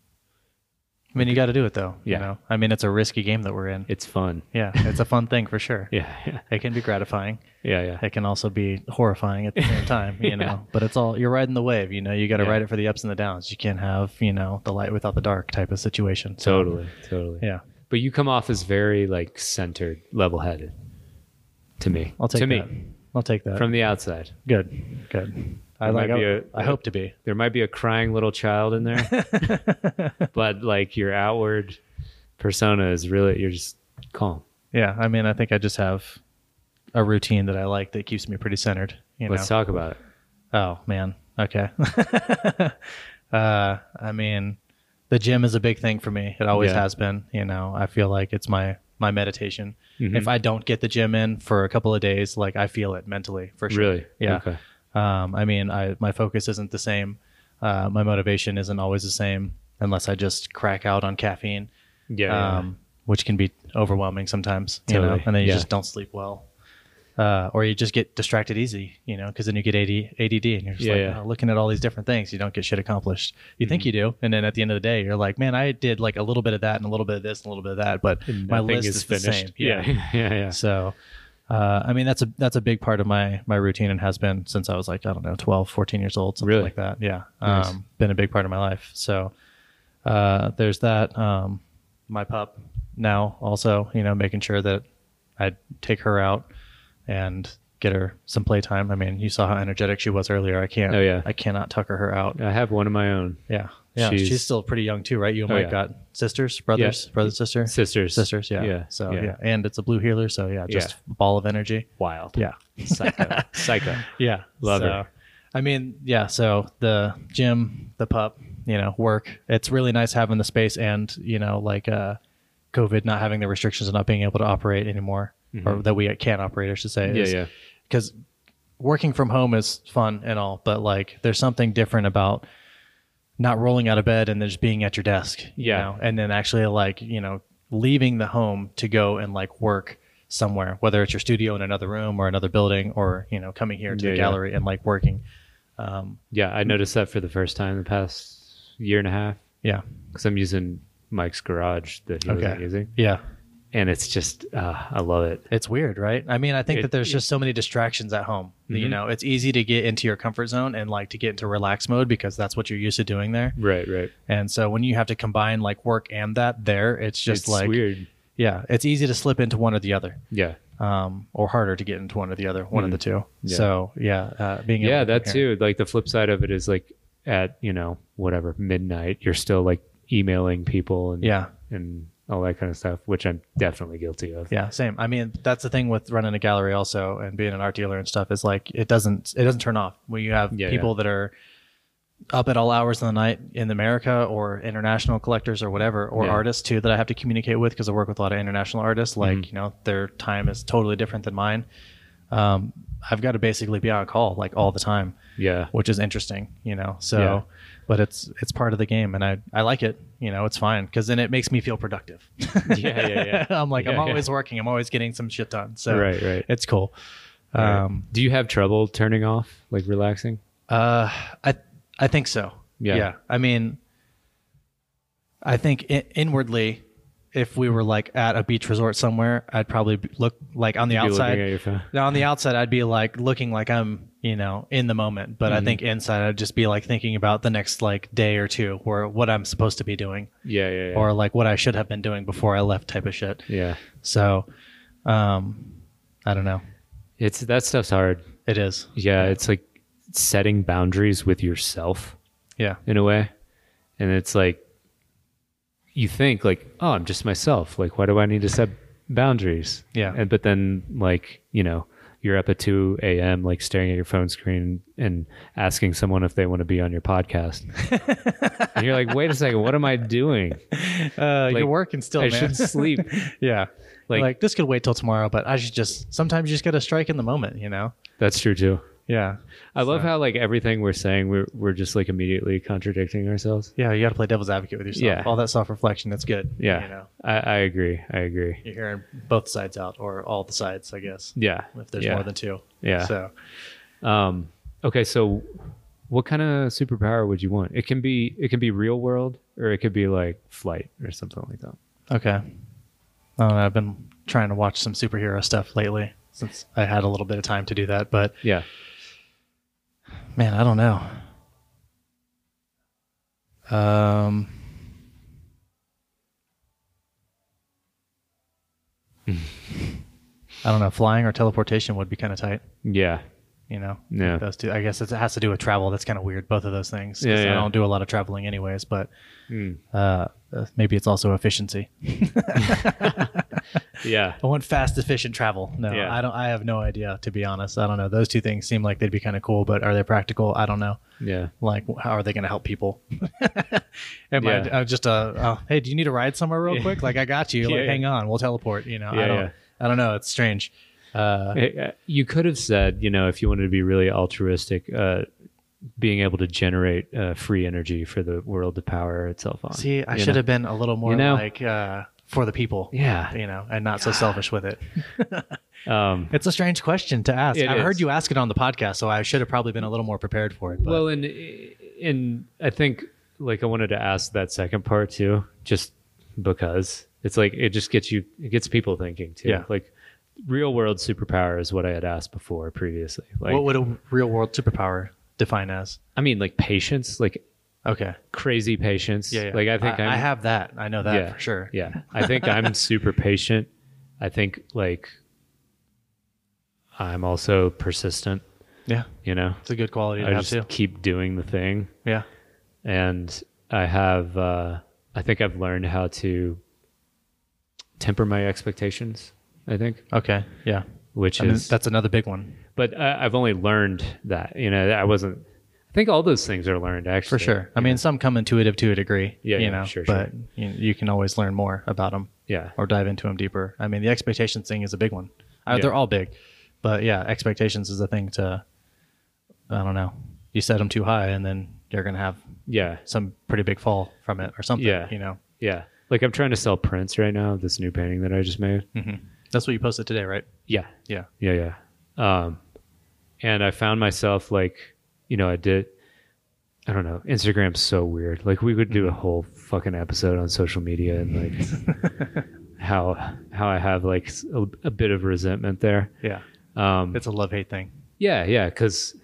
I mean, you got to do it though. Yeah. You know, I mean, it's a risky game that we're in. It's fun. Yeah. It's a fun thing for sure. Yeah, yeah, It can be gratifying. yeah, yeah. it can also be horrifying at the same time, you know. But it's all you're riding the wave, you know. You got to Yeah. ride it for the ups and the downs. You can't have, you know, the light without the dark type of situation. So Totally, totally. yeah, But you come off as very like centered, level-headed to me. I'll take to that. me I'll take that. from the outside. good, good. I It like. might be I a- I hope to be. There might be a crying little child in there, but like your outward persona is really you're just calm. Yeah, I mean, I think I just have a routine that I like that keeps me pretty centered. You know. Let's talk about it. Oh man. Okay. uh, I mean, the gym is a big thing for me. It always Yeah. has been. You know, I feel like it's my my meditation. Mm-hmm. If I don't get the gym in for a couple of days, like I feel it mentally for sure. Really? Yeah. Okay. Um, I mean, I my focus isn't the same. Uh, my motivation isn't always the same unless I just crack out on caffeine, Yeah. yeah. um, which can be overwhelming sometimes. You know, Totally. and then you Yeah. just don't sleep well. Uh, or you just get distracted easy, you know, because then you get AD, ADD and you're just Yeah, like yeah. Mm-hmm. "Oh, looking at all these different things. You don't get shit accomplished. You think you do. And then at the end of the day, you're like, man, I did like a little bit of that and a little bit of this and a little bit of that, but my Nothing list is, the same. Yeah. yeah. Yeah. Yeah. So, uh, I mean, that's a that's a big part of my my routine and has been since I was like I don't know 12, 14 years old, something Really? like that. Yeah, Nice. um, been a big part of my life. So, uh, there's that. Um, my pup now also, you know, making sure that I take her out and get her some playtime. I mean, you saw how energetic she was earlier. I can't. Oh, yeah. I cannot tucker her out. I have one of my own. Yeah, Yeah, she's, still pretty young too, right? You and Oh, Mike yeah. got sisters, brothers, brother, sister, sisters. sisters. Yeah. Yeah. So yeah. yeah. and it's a blue healer, so yeah, just a ball of energy. Wild. Yeah. Psycho. Psycho. Yeah, Love so, her. I mean, yeah. So the gym, the pup, you know, work. It's really nice having the space, and you know, like uh, COVID, not having the restrictions and not being able to operate anymore, or that we can't operate, I should say. Mm-hmm. Yeah. Yeah. Because working from home is fun and all, but like, there's something different about not rolling out of bed and then just being at your desk. you Yeah. know, and then actually like you know leaving the home to go and like work somewhere whether it's your studio in another room or another building or you know coming here to Yeah, the yeah. gallery and like working um Yeah. I noticed that for the first time the past year and a half yeah because I'm using Mike's garage that he wasn't Okay. using, yeah and it's just uh, I love it. it's weird right i mean i think It- that there's just so many distractions at home you Mhm. know it's easy to get into your comfort zone and like to get into relax mode because that's what you're used to doing there Right. Right. and so when you have to combine like work and that there it's just it's like weird. yeah it's easy to slip into one or the other Yeah. um, or harder to get into one or the other, one of the two. Hmm. Yeah. So yeah, uh, being able yeah to that compare. too like the flip side of it is like at you know whatever midnight you're still like emailing people and Yeah, and all that kind of stuff which i'm definitely guilty of yeah, same. I mean, that's the thing with running a gallery also and being an art dealer and stuff is like it doesn't it doesn't turn off when you have Yeah, people that are up at all hours of the night in America or international collectors or whatever or Yeah. artists too that I have to communicate with because I work with a lot of international artists. Like Mm-hmm. you know, their time is totally different than mine. Um, I've got to basically be on call like all the time. yeah which is interesting, you know. So, Yeah. but it's it's part of the game, and I I like it. You know, it's fine because then it makes me feel productive. yeah, yeah. I'm like I'm Yeah, yeah. always working. I'm always getting some shit done. So Right, right. It's cool. Um, do you have trouble turning off like relaxing uh, I I think so. Yeah. I mean, I think in- inwardly, if we were like at a beach resort somewhere, I'd probably be- look like on the Be looking outside. at your phone. Now on the outside, I'd be like looking like I'm, you know, in the moment. But I think inside, I'd just be like thinking about the next like day or two, or what I'm supposed to be doing, yeah yeah yeah or like what I should have been doing before I left, type of shit. yeah So, um, I don't know. it's that stuff's hard It is, yeah it's like setting boundaries with yourself yeah, in a way and it's like you think like oh i'm just myself like why do i need to set boundaries Yeah. and but then like you know you're up at 2 a.m like staring at your phone screen and asking someone if they want to be on your podcast and you're like wait a second what am i doing uh, Like, you're working still, i man. should sleep yeah, like- like, this could wait till tomorrow, but I should just. Sometimes you just got to strike in the moment, you know. that's true too Yeah, i love how like everything we're saying we're, we're just like immediately contradicting ourselves yeah. You got to play devil's advocate with yourself. Yeah. all that self reflection. That's good. yeah you know, I, I agree i agree you're hearing both sides out, or all the sides, I guess. yeah if there's yeah. more than two. Yeah. So Um, okay, so what kind of superpower would you want? It can be it can be real world or it could be like flight or something like that. okay. I don't know, I've been trying to watch some superhero stuff lately since I had a little bit of time to do that. But Yeah. man, I don't know. Um. I don't know. Flying or teleportation would be kind of tight, Yeah. you know. Yeah. Those two, I guess it's, it has to do with travel. That's kind of weird. Both of those things. 'cause Yeah, yeah. I don't do a lot of traveling, anyways. But Mm. uh, uh, maybe it's also efficiency. Yeah. I want fast, efficient travel. No, Yeah. I don't. I have no idea, to be honest. I don't know. Those two things seem like they'd be kind of cool, but are they practical? I don't know. Yeah. Like, how are they going to help people? Am I Yeah. I'm just a oh, hey? Do you need a ride somewhere real Yeah. quick? Like, I got you. Yeah, like, yeah. hang on, we'll teleport. You know, Yeah, I don't. yeah. I don't know. It's strange. Uh, Uh, You could have said, you know, if you wanted to be really altruistic, uh, being able to generate uh, free energy for the world to power itself on. see, I you should know? have been a little more You know? like uh, for the people. Yeah. You know, and not so selfish with it. Um, It's a strange question to ask. It I've is. heard you ask it on the podcast, so I should have probably been a little more prepared for it. But Well, and eh, and I think like I wanted to ask that second part too, just because it's like it just gets you, it gets people thinking too. Yeah. Like real world superpower is what I had asked before previously. Like what would a real world superpower define as? I mean, like patience, like Okay. crazy patience. Like I think I, I'm, have that. I know that yeah, for sure. Yeah, I think I'm super patient. I think like I'm also persistent. Yeah. You know, It's a good quality to I have just too. keep doing the thing. Yeah. and I have. Uh, I think I've learned how to temper my expectations. I think, Okay. Yeah. which I mean, is, that's another big one but I, I've only learned that. You know, I wasn't. I think all those things are learned for actually. sure. I mean, some come intuitive to a degree. Yeah, You yeah, know, sure, sure. but You, you can always learn more about them Yeah. or dive into them deeper. I mean, the expectations thing is a big one. Uh, Yeah. They're all big, but yeah, expectations is a thing to. I don't know. You set them too high, and then you're gonna have Yeah. some pretty big fall from it or something. Yeah. You know. Yeah. Like I'm trying to sell prints right now. of This new painting that I just made. Mm-hmm. That's what you posted today, right? Yeah. Yeah. Yeah, yeah. Um, and I found myself like, you know, I did. I don't know. Instagram's so weird. Like we could do a Mm-hmm. whole fucking episode on social media and like how how I have like s- a, a bit of resentment there. Yeah. Um, It's a love hate thing. yeah, yeah. Because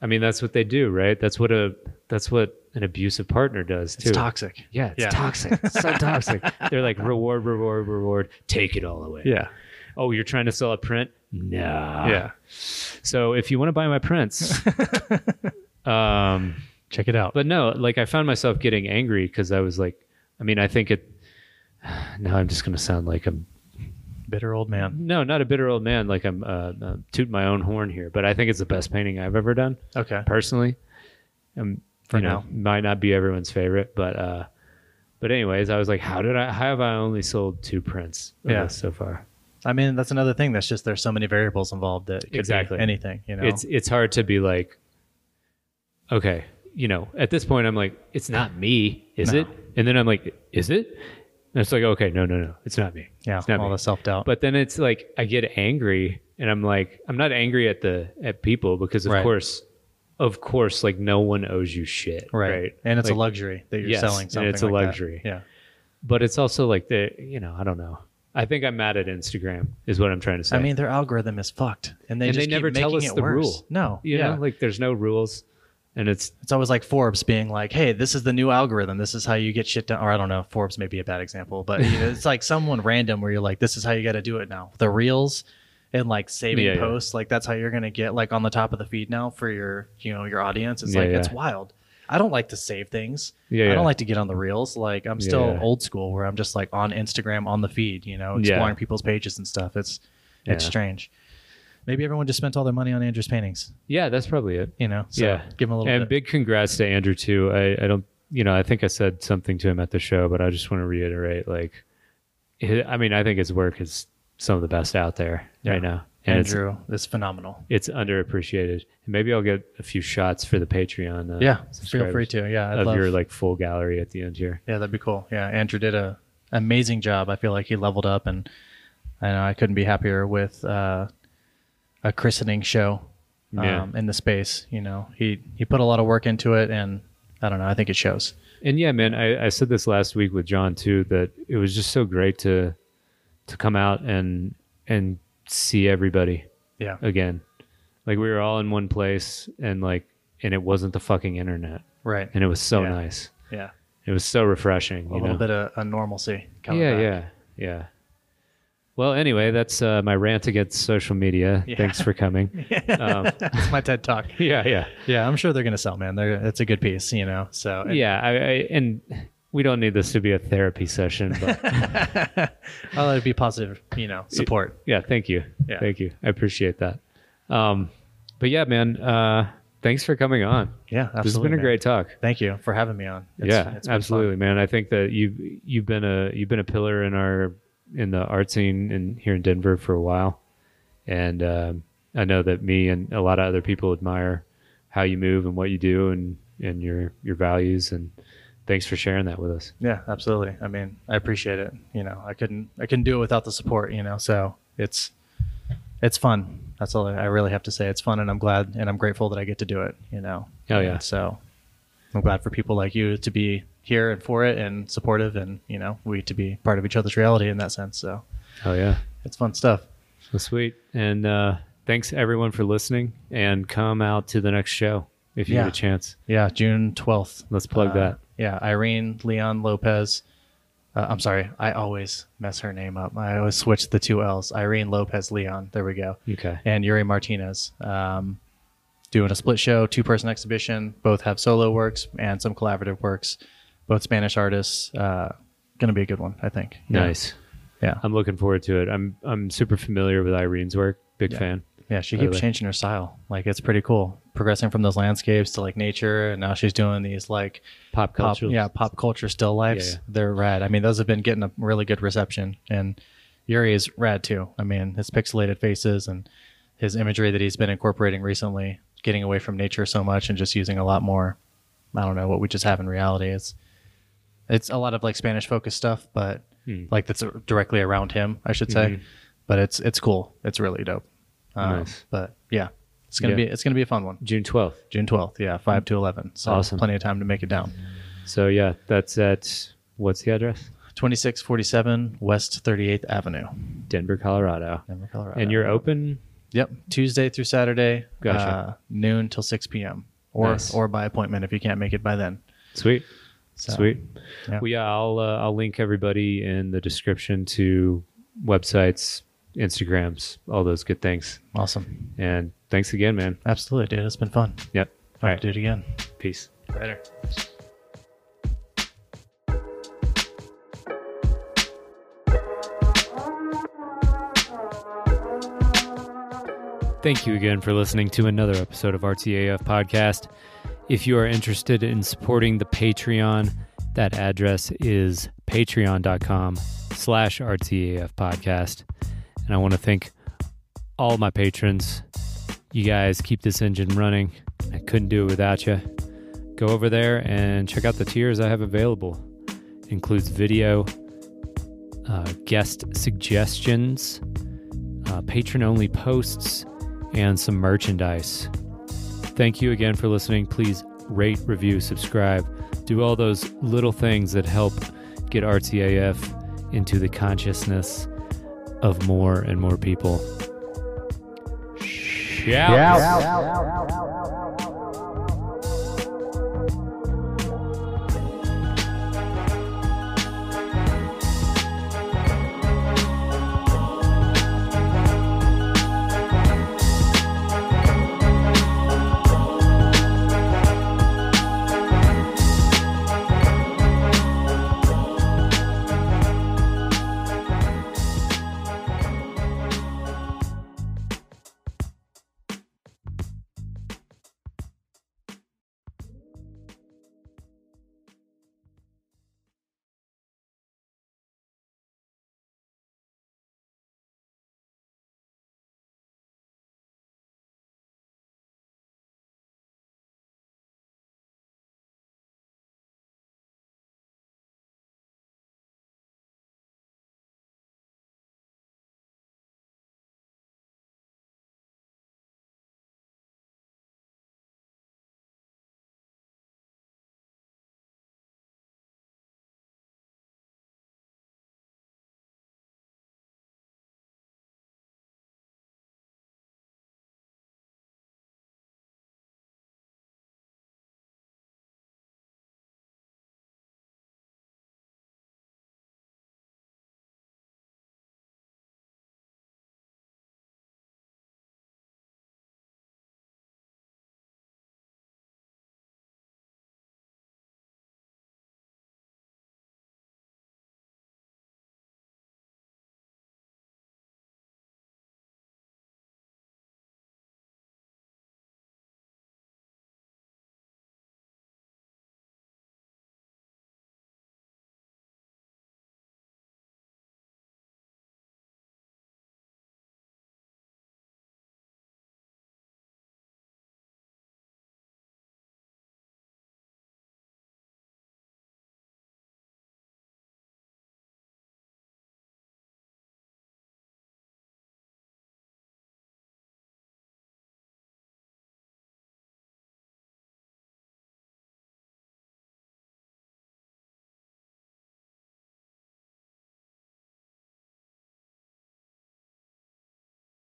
I mean, that's what they do, right? That's what a that's what an abusive partner does too. It's toxic. yeah, it's Yeah. toxic. It's so toxic. They're like reward, reward, reward. Take it all away. Yeah. Oh, you're trying to sell a print? No. yeah. So if you want to buy my prints, um, Check it out. but no, like I found myself getting angry because I was like, I mean, I think it. Now I'm just gonna sound like I'm Bitter old man. no, not a bitter old man. Like I'm uh, uh, tooting my own horn here, but I think it's the best painting I've ever done Okay. personally. Um, For you know, now. might not be everyone's favorite, but uh, but anyways, I was like, how did I? How have I only sold two prints? of Yeah. this so far. I mean, that's another thing. That's just there's so many variables involved that could Exactly. be anything. You know. it's it's hard to be like okay you know at this point i'm like it's not me is No. it and then i'm like is it and it's like okay no no no it's not me yeah. it's not all me. the self doubt. but then it's like i get angry and i'm like i'm not angry at the at people because of Right. course of course like no one owes you shit right, right. And it's Like, a luxury that you're yes, selling and something. it's a like that. luxury. Yeah. but it's also like the you know i don't know i think i'm mad at instagram is what i'm trying to say I mean, their algorithm is fucked, and they And just they never keep tell making us it the worse. rule. No, you yeah, know like there's no rules and it's it's always like Forbes being like, "Hey, this is the new algorithm. This is how you get shit done." Or I don't know, Forbes may be a bad example, but you know, it's like someone random where you're like, "This is how you got to do it now." The reels and like saving Yeah, yeah. posts, like that's how you're gonna get like on the top of the feed now for your you know your audience. It's Yeah, like yeah. it's wild. I don't like to save things. Yeah, I yeah. don't like to get on the reels. Like I'm still yeah. old school where I'm just like on Instagram on the feed, you know, Yeah. exploring people's pages and stuff. It's it's Yeah. strange. Maybe everyone just spent all their money on Andrew's paintings, yeah that's probably it you know. So yeah, give him a little And bit. big congrats to Andrew too. I, I don't, you know, I think I said something to him at the show, but I just want to reiterate, like, hi- I mean, I think his work is some of the best out there Yeah. right now, and Andrew is phenomenal. it's it's underappreciated. And maybe I'll get a few shots for the Patreon. Uh, Yeah, feel subscribers free to. Yeah, I'd of love. your like full gallery at the end here. yeah, that'd be cool. Yeah, Andrew did a amazing job. I feel like he leveled up, and I know I couldn't be happier with uh, a christening show um, Yeah. in the space. You know, he he put a lot of work into it, and I don't know. I think it shows. And yeah, man, I, I said this last week with John too that it was just so great to to come out and and see everybody. Yeah, again. Like we were all in one place and like and it wasn't the fucking internet. right. And it was so Yeah. nice. Yeah, It was so refreshing. a you little know? bit of a normalcy. Coming yeah, back. yeah. Yeah. Well, anyway, that's uh, my rant against social media. Yeah. Thanks for coming. um, That's my TED talk. yeah, yeah. Yeah, I'm sure they're gonna sell, man. They're it's a good piece, you know. So and- Yeah, I, I and we don't need this to be a therapy session, but I'll let it be positive, you know, support. yeah, thank you. Yeah. Thank you. I appreciate that. Um, but yeah, man, uh, thanks for coming on. Yeah, absolutely. This has been a man. great talk. Thank you for having me on. It's- yeah, it's been absolutely, man. I think that you've you've been a you've been a pillar in our in the art scene in here in Denver for a while, and um, I know that me and a lot of other people admire how you move and what you do and and your your values and thanks for sharing that with us. Yeah, absolutely. I mean, I appreciate it. You know, I couldn't I couldn't do it without the support, you know. So, it's it's fun. That's all I really have to say. It's fun and I'm glad and I'm grateful that I get to do it, you know. Oh, yeah. So, I'm glad for people like you to be here and for it and supportive and, you know, we to be part of each other's reality in that sense. So, Oh yeah, it's fun stuff. well, sweet. And uh, thanks everyone for listening and come out to the next show if you Yeah. get a chance. Yeah, June 12th. Let's plug Uh, that. Yeah, Irene Leon Lopez. Uh, I'm sorry, I always mess her name up. I always switch the two L's. Irene Lopez Leon. There we go. Okay. And Yuri Martinez. Um, doing a split show, two person exhibition. Both have solo works and some collaborative works. both Spanish artists. Uh, going to be a good one, I think. Yeah. Nice. Yeah. I'm looking forward to it. I'm I'm super familiar with Irene's work. Big Yeah. fan. Yeah, she Totally. keeps changing her style. Like it's pretty cool. Progressing from those landscapes to like nature, and now she's doing these like Pop pop, culture. yeah pop culture still lifes. Yeah, yeah. They're rad. I mean, those have been getting a really good reception, and Yuri is rad too. I mean, his pixelated faces and his imagery that he's been incorporating recently, getting away from nature so much and just using a lot more. I don't know what we just have in reality. It's it's a lot of like Spanish focused stuff, but Hmm. like that's directly around him, I should say. Mhm. But it's it's cool. It's really dope. Um, Nice. But yeah, it's gonna Yeah. be it's gonna be a fun one. June 12th. June twelfth, yeah, five to eleven. So Awesome. plenty of time to make it down. So yeah, that's at what's the address? Twenty six forty seven West Thirty eighth Avenue, Denver, Colorado. Denver, Colorado. And you're open? yep Tuesday through Saturday, Gotcha. uh, noon till six p.m. or Nice. or by appointment if you can't make it by then. Sweet. So, Sweet. yeah. Well, yeah, I'll uh, I'll link everybody in the description to websites, Instagrams, all those good things. Awesome. And thanks again, man. Absolutely, dude. It's been fun. Yep. All All right, right. do it again. Peace. Later. Thank you again for listening to another episode of RTAF Podcast. If you are interested in supporting the Patreon, that address is patreon.com slash RTAF Podcast. And I want to thank all my patrons. You guys keep this engine running. I couldn't do it without you. Go over there and check out the tiers I have available. includes video, uh, guest suggestions, uh, patron only posts, and some merchandise. Thank you again for listening. Please rate, review, subscribe, do all those little things that help get RTAF into the consciousness of more and more people. Shout! Out.